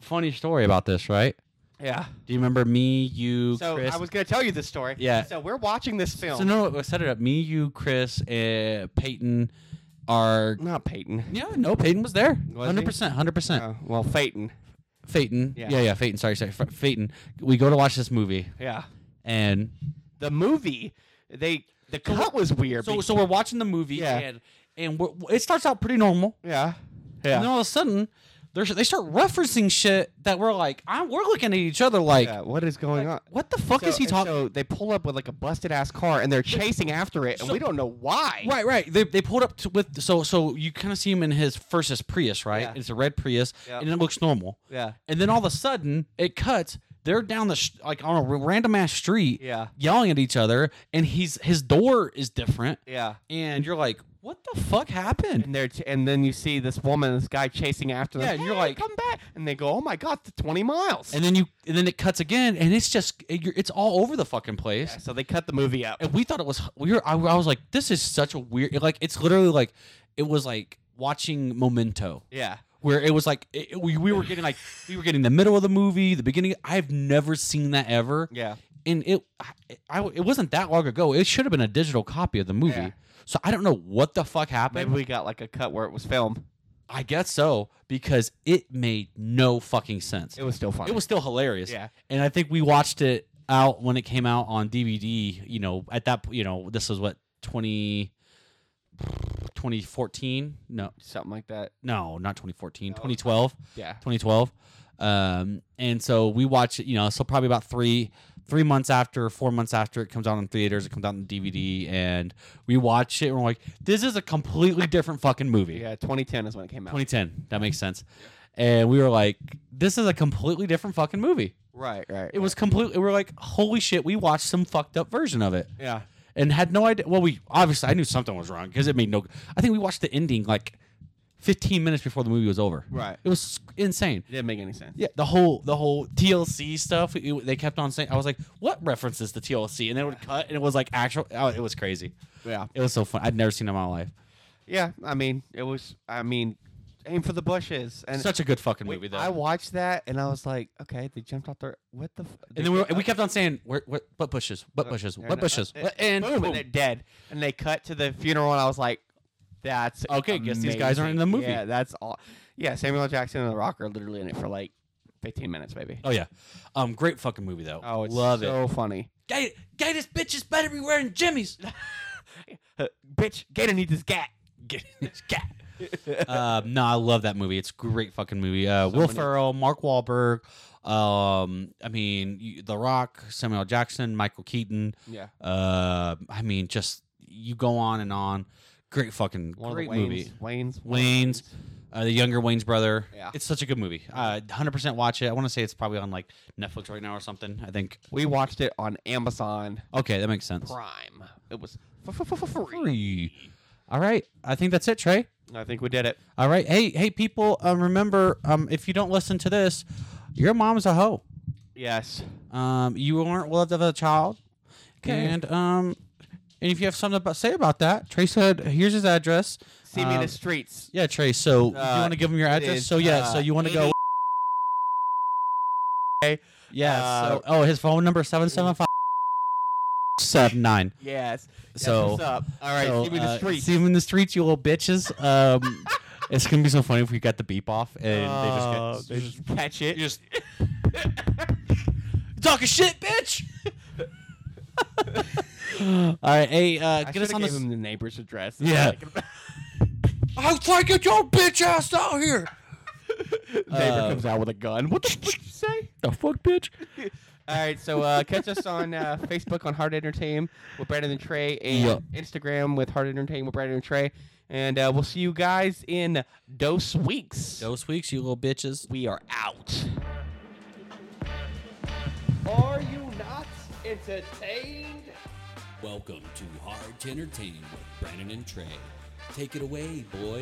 [SPEAKER 3] funny story about this, right?
[SPEAKER 1] Yeah.
[SPEAKER 3] Do you remember me, you,
[SPEAKER 1] So
[SPEAKER 3] Chris?
[SPEAKER 1] I was gonna tell you this story.
[SPEAKER 3] Yeah.
[SPEAKER 1] So we're watching this film.
[SPEAKER 3] So no, no, set it up. Me, you, Chris, uh, Peyton are.
[SPEAKER 1] Not Peyton.
[SPEAKER 3] Yeah, no, Peyton was there.
[SPEAKER 1] Was he?
[SPEAKER 3] Hundred percent, hundred percent.
[SPEAKER 1] Uh, well, Peyton.
[SPEAKER 3] Peyton.
[SPEAKER 1] Yeah.
[SPEAKER 3] Yeah, yeah, Peyton. Sorry, sorry, F- Peyton. We go to watch this movie,
[SPEAKER 1] Yeah.
[SPEAKER 3] and
[SPEAKER 1] The movie. They the cut was weird.
[SPEAKER 3] so
[SPEAKER 1] be-
[SPEAKER 3] so we're watching the movie,
[SPEAKER 1] Yeah.
[SPEAKER 3] and and we're, it starts out pretty normal,
[SPEAKER 1] yeah.
[SPEAKER 3] and then all of a sudden, there's they start referencing shit that we're like, I, we're looking at each other like,
[SPEAKER 1] Yeah, What is going on?
[SPEAKER 3] what the fuck
[SPEAKER 1] So-
[SPEAKER 3] is he
[SPEAKER 1] and
[SPEAKER 3] talking?
[SPEAKER 1] So they pull up with like a busted ass car and they're chasing after it, and
[SPEAKER 3] So-
[SPEAKER 1] we don't know why.
[SPEAKER 3] Right, right. They, they pulled up to, with so so you kind of see him in his first his Prius, right?
[SPEAKER 1] Yeah.
[SPEAKER 3] It's a red Prius,
[SPEAKER 1] Yeah.
[SPEAKER 3] and it looks normal.
[SPEAKER 1] Yeah.
[SPEAKER 3] And then all of a sudden, it cuts. They're down the sh- like on a r- random ass street,
[SPEAKER 1] Yeah.
[SPEAKER 3] yelling at each other, and he's his door is different,
[SPEAKER 1] Yeah.
[SPEAKER 3] and you're like, what the fuck happened?
[SPEAKER 1] And they're ch- and then you see this woman, and this guy chasing after them.
[SPEAKER 3] Yeah, and you're
[SPEAKER 1] "Hey,
[SPEAKER 3] like-
[SPEAKER 1] come back, and they go, oh my god, it's twenty miles.
[SPEAKER 3] And then you and then it cuts again, and it's just it, you're, it's all over the fucking place.
[SPEAKER 1] Yeah, so they cut the movie up.
[SPEAKER 3] And we thought it was we were I, I was like, this is such a weird like it's literally like it was like watching Memento.
[SPEAKER 1] Yeah.
[SPEAKER 3] where it was like it, it- we, we were getting like we were getting the middle of the movie, the beginning. I've never seen that ever.
[SPEAKER 1] Yeah.
[SPEAKER 3] and it I, I- it wasn't that long ago. It should have been a digital copy of the movie.
[SPEAKER 1] Yeah.
[SPEAKER 3] So I don't know what the fuck happened.
[SPEAKER 1] Maybe we got like a cut where it was film.
[SPEAKER 3] I guess so because it made no fucking sense.
[SPEAKER 1] It was still funny.
[SPEAKER 3] It was still hilarious.
[SPEAKER 1] Yeah.
[SPEAKER 3] And I think we watched it out when it came out on DVD, you know, at that p- you know, this was what 20 2014? No.
[SPEAKER 1] something like that.
[SPEAKER 3] No, not 2014.
[SPEAKER 1] No.
[SPEAKER 3] 2012.
[SPEAKER 1] Yeah.
[SPEAKER 3] 2012. Um, and so we watch it, you know, so probably about three three months after, four months after it comes out in theaters, it comes out on DVD, and we watch it and we're like, this is a completely different fucking movie.
[SPEAKER 1] Yeah, 2010 is when it came out.
[SPEAKER 3] 2010. That makes sense. And we were like, this is a completely different fucking movie.
[SPEAKER 1] Right, right.
[SPEAKER 3] It was completely, we were like, holy shit, we watched some fucked up version of it.
[SPEAKER 1] Yeah.
[SPEAKER 3] And had no idea. Well, we obviously, I knew something was wrong because it made no, I think we watched the ending like 15 minutes before the movie was over.
[SPEAKER 1] Right.
[SPEAKER 3] It was insane.
[SPEAKER 1] It didn't make any sense.
[SPEAKER 3] Yeah, the whole the whole TLC stuff. it- they kept on saying, "I was like, what references to TLC?" And then it would cut, and it was like actual. Oh, it was crazy.
[SPEAKER 1] Yeah.
[SPEAKER 3] It was so fun. I'd never seen it in my life.
[SPEAKER 1] Yeah, I mean, it was. I mean, aim for the bushes. And
[SPEAKER 3] Such a good fucking
[SPEAKER 1] we-
[SPEAKER 3] movie, though.
[SPEAKER 1] I watched that and I was like, okay, they jumped out there. What the? F-
[SPEAKER 3] and then we, were- and we kept on saying, "Where, what, what bushes? What bushes?
[SPEAKER 1] They're
[SPEAKER 3] What
[SPEAKER 1] not-
[SPEAKER 3] bushes?"
[SPEAKER 1] uh,
[SPEAKER 3] What-
[SPEAKER 1] [laughs]
[SPEAKER 3] and
[SPEAKER 1] boom,
[SPEAKER 3] boom.
[SPEAKER 1] and they're dead. And they cut to the funeral, and I was like, that's
[SPEAKER 3] Okay, guess these guys aren't in the
[SPEAKER 1] amazing.
[SPEAKER 3] movie.
[SPEAKER 1] Yeah, that's all. Yeah, Samuel L. Jackson and The Rock are literally in it for like 15 minutes, maybe.
[SPEAKER 3] Oh yeah, um, great fucking movie though.
[SPEAKER 1] Oh, it's
[SPEAKER 3] love it.
[SPEAKER 1] so funny.
[SPEAKER 3] Gay, gay, this bitch is better be wearing jimmies. [laughs]
[SPEAKER 1] Uh, [laughs] bitch, Gator needs his gat.
[SPEAKER 3] Get in this cat. um, no, I love that movie. It's a great fucking movie. Uh, Will
[SPEAKER 1] many-
[SPEAKER 3] Ferrell, Mark Wahlberg, um, I mean you- The Rock, Samuel L. Jackson, Michael Keaton.
[SPEAKER 1] [laughs] Yeah.
[SPEAKER 3] Uh, I mean, just you go on and on. Great fucking
[SPEAKER 1] One
[SPEAKER 3] great
[SPEAKER 1] of the Waynes,
[SPEAKER 3] movie.
[SPEAKER 1] Wayne's.
[SPEAKER 3] Wayne's, uh, the younger Wayne's brother.
[SPEAKER 1] Yeah.
[SPEAKER 3] It's such a good movie. Uh, 100% watch it. I want to say it's probably on like Netflix right now or something. I think.
[SPEAKER 1] We watched it on Amazon
[SPEAKER 3] Okay, that makes sense.
[SPEAKER 1] Prime. It was f- f- f- f- free.
[SPEAKER 3] Free. All right. I think that's it, Trey.
[SPEAKER 1] I think we did it.
[SPEAKER 3] All right. Hey, hey, people. Um, remember, um, if you don't listen to this, your mom's a hoe.
[SPEAKER 1] Yes.
[SPEAKER 3] Um, you aren't loved as a child,
[SPEAKER 1] Okay.
[SPEAKER 3] and um, And if you have something to say about that, Trey said, "Here's his address."
[SPEAKER 1] See me in
[SPEAKER 3] Um,
[SPEAKER 1] the streets.
[SPEAKER 3] Yeah, Trey. So
[SPEAKER 1] Uh,
[SPEAKER 3] you want to give him your
[SPEAKER 1] it
[SPEAKER 3] address?
[SPEAKER 1] is,
[SPEAKER 3] so yeah.
[SPEAKER 1] uh,
[SPEAKER 3] so you want to go?
[SPEAKER 1] [laughs] Okay,
[SPEAKER 3] Yeah.
[SPEAKER 1] uh,
[SPEAKER 3] so oh, his phone number seven seven five seven nine.
[SPEAKER 1] Yes. That's
[SPEAKER 3] So-
[SPEAKER 1] what's up? All right.
[SPEAKER 3] so,
[SPEAKER 1] see me in the
[SPEAKER 3] uh,
[SPEAKER 1] streets.
[SPEAKER 3] See him in the streets, you little bitches. Um, [laughs] it's gonna be so funny if we got the beep off and
[SPEAKER 1] Oh,
[SPEAKER 3] they just
[SPEAKER 1] [laughs]
[SPEAKER 3] get.
[SPEAKER 1] catch it.
[SPEAKER 3] you just [laughs] talking
[SPEAKER 1] [laughs]
[SPEAKER 3] shit, bitch. [laughs] All right, hey, uh,
[SPEAKER 1] I
[SPEAKER 3] get us
[SPEAKER 1] shoulda
[SPEAKER 3] on
[SPEAKER 1] gave
[SPEAKER 3] this.
[SPEAKER 1] him the neighbor's address.
[SPEAKER 3] Yeah. I'll try to get your bitch ass out here.
[SPEAKER 1] neighbor
[SPEAKER 3] Uh,
[SPEAKER 1] comes out with a gun. [laughs] What the fuck did you say?
[SPEAKER 3] The fuck, bitch.
[SPEAKER 1] All right, so uh, catch us on uh, Facebook on Hard Entertain with Brandon and Trey, and Instagram with Hard Entertain with Brandon and Trey, and uh, we'll see you guys in dose weeks.
[SPEAKER 3] Those weeks, you little bitches.
[SPEAKER 1] We are out.
[SPEAKER 4] Are you not entertained?
[SPEAKER 2] Welcome to Hard to Entertain with Brandon and Trey. Take it away, boy.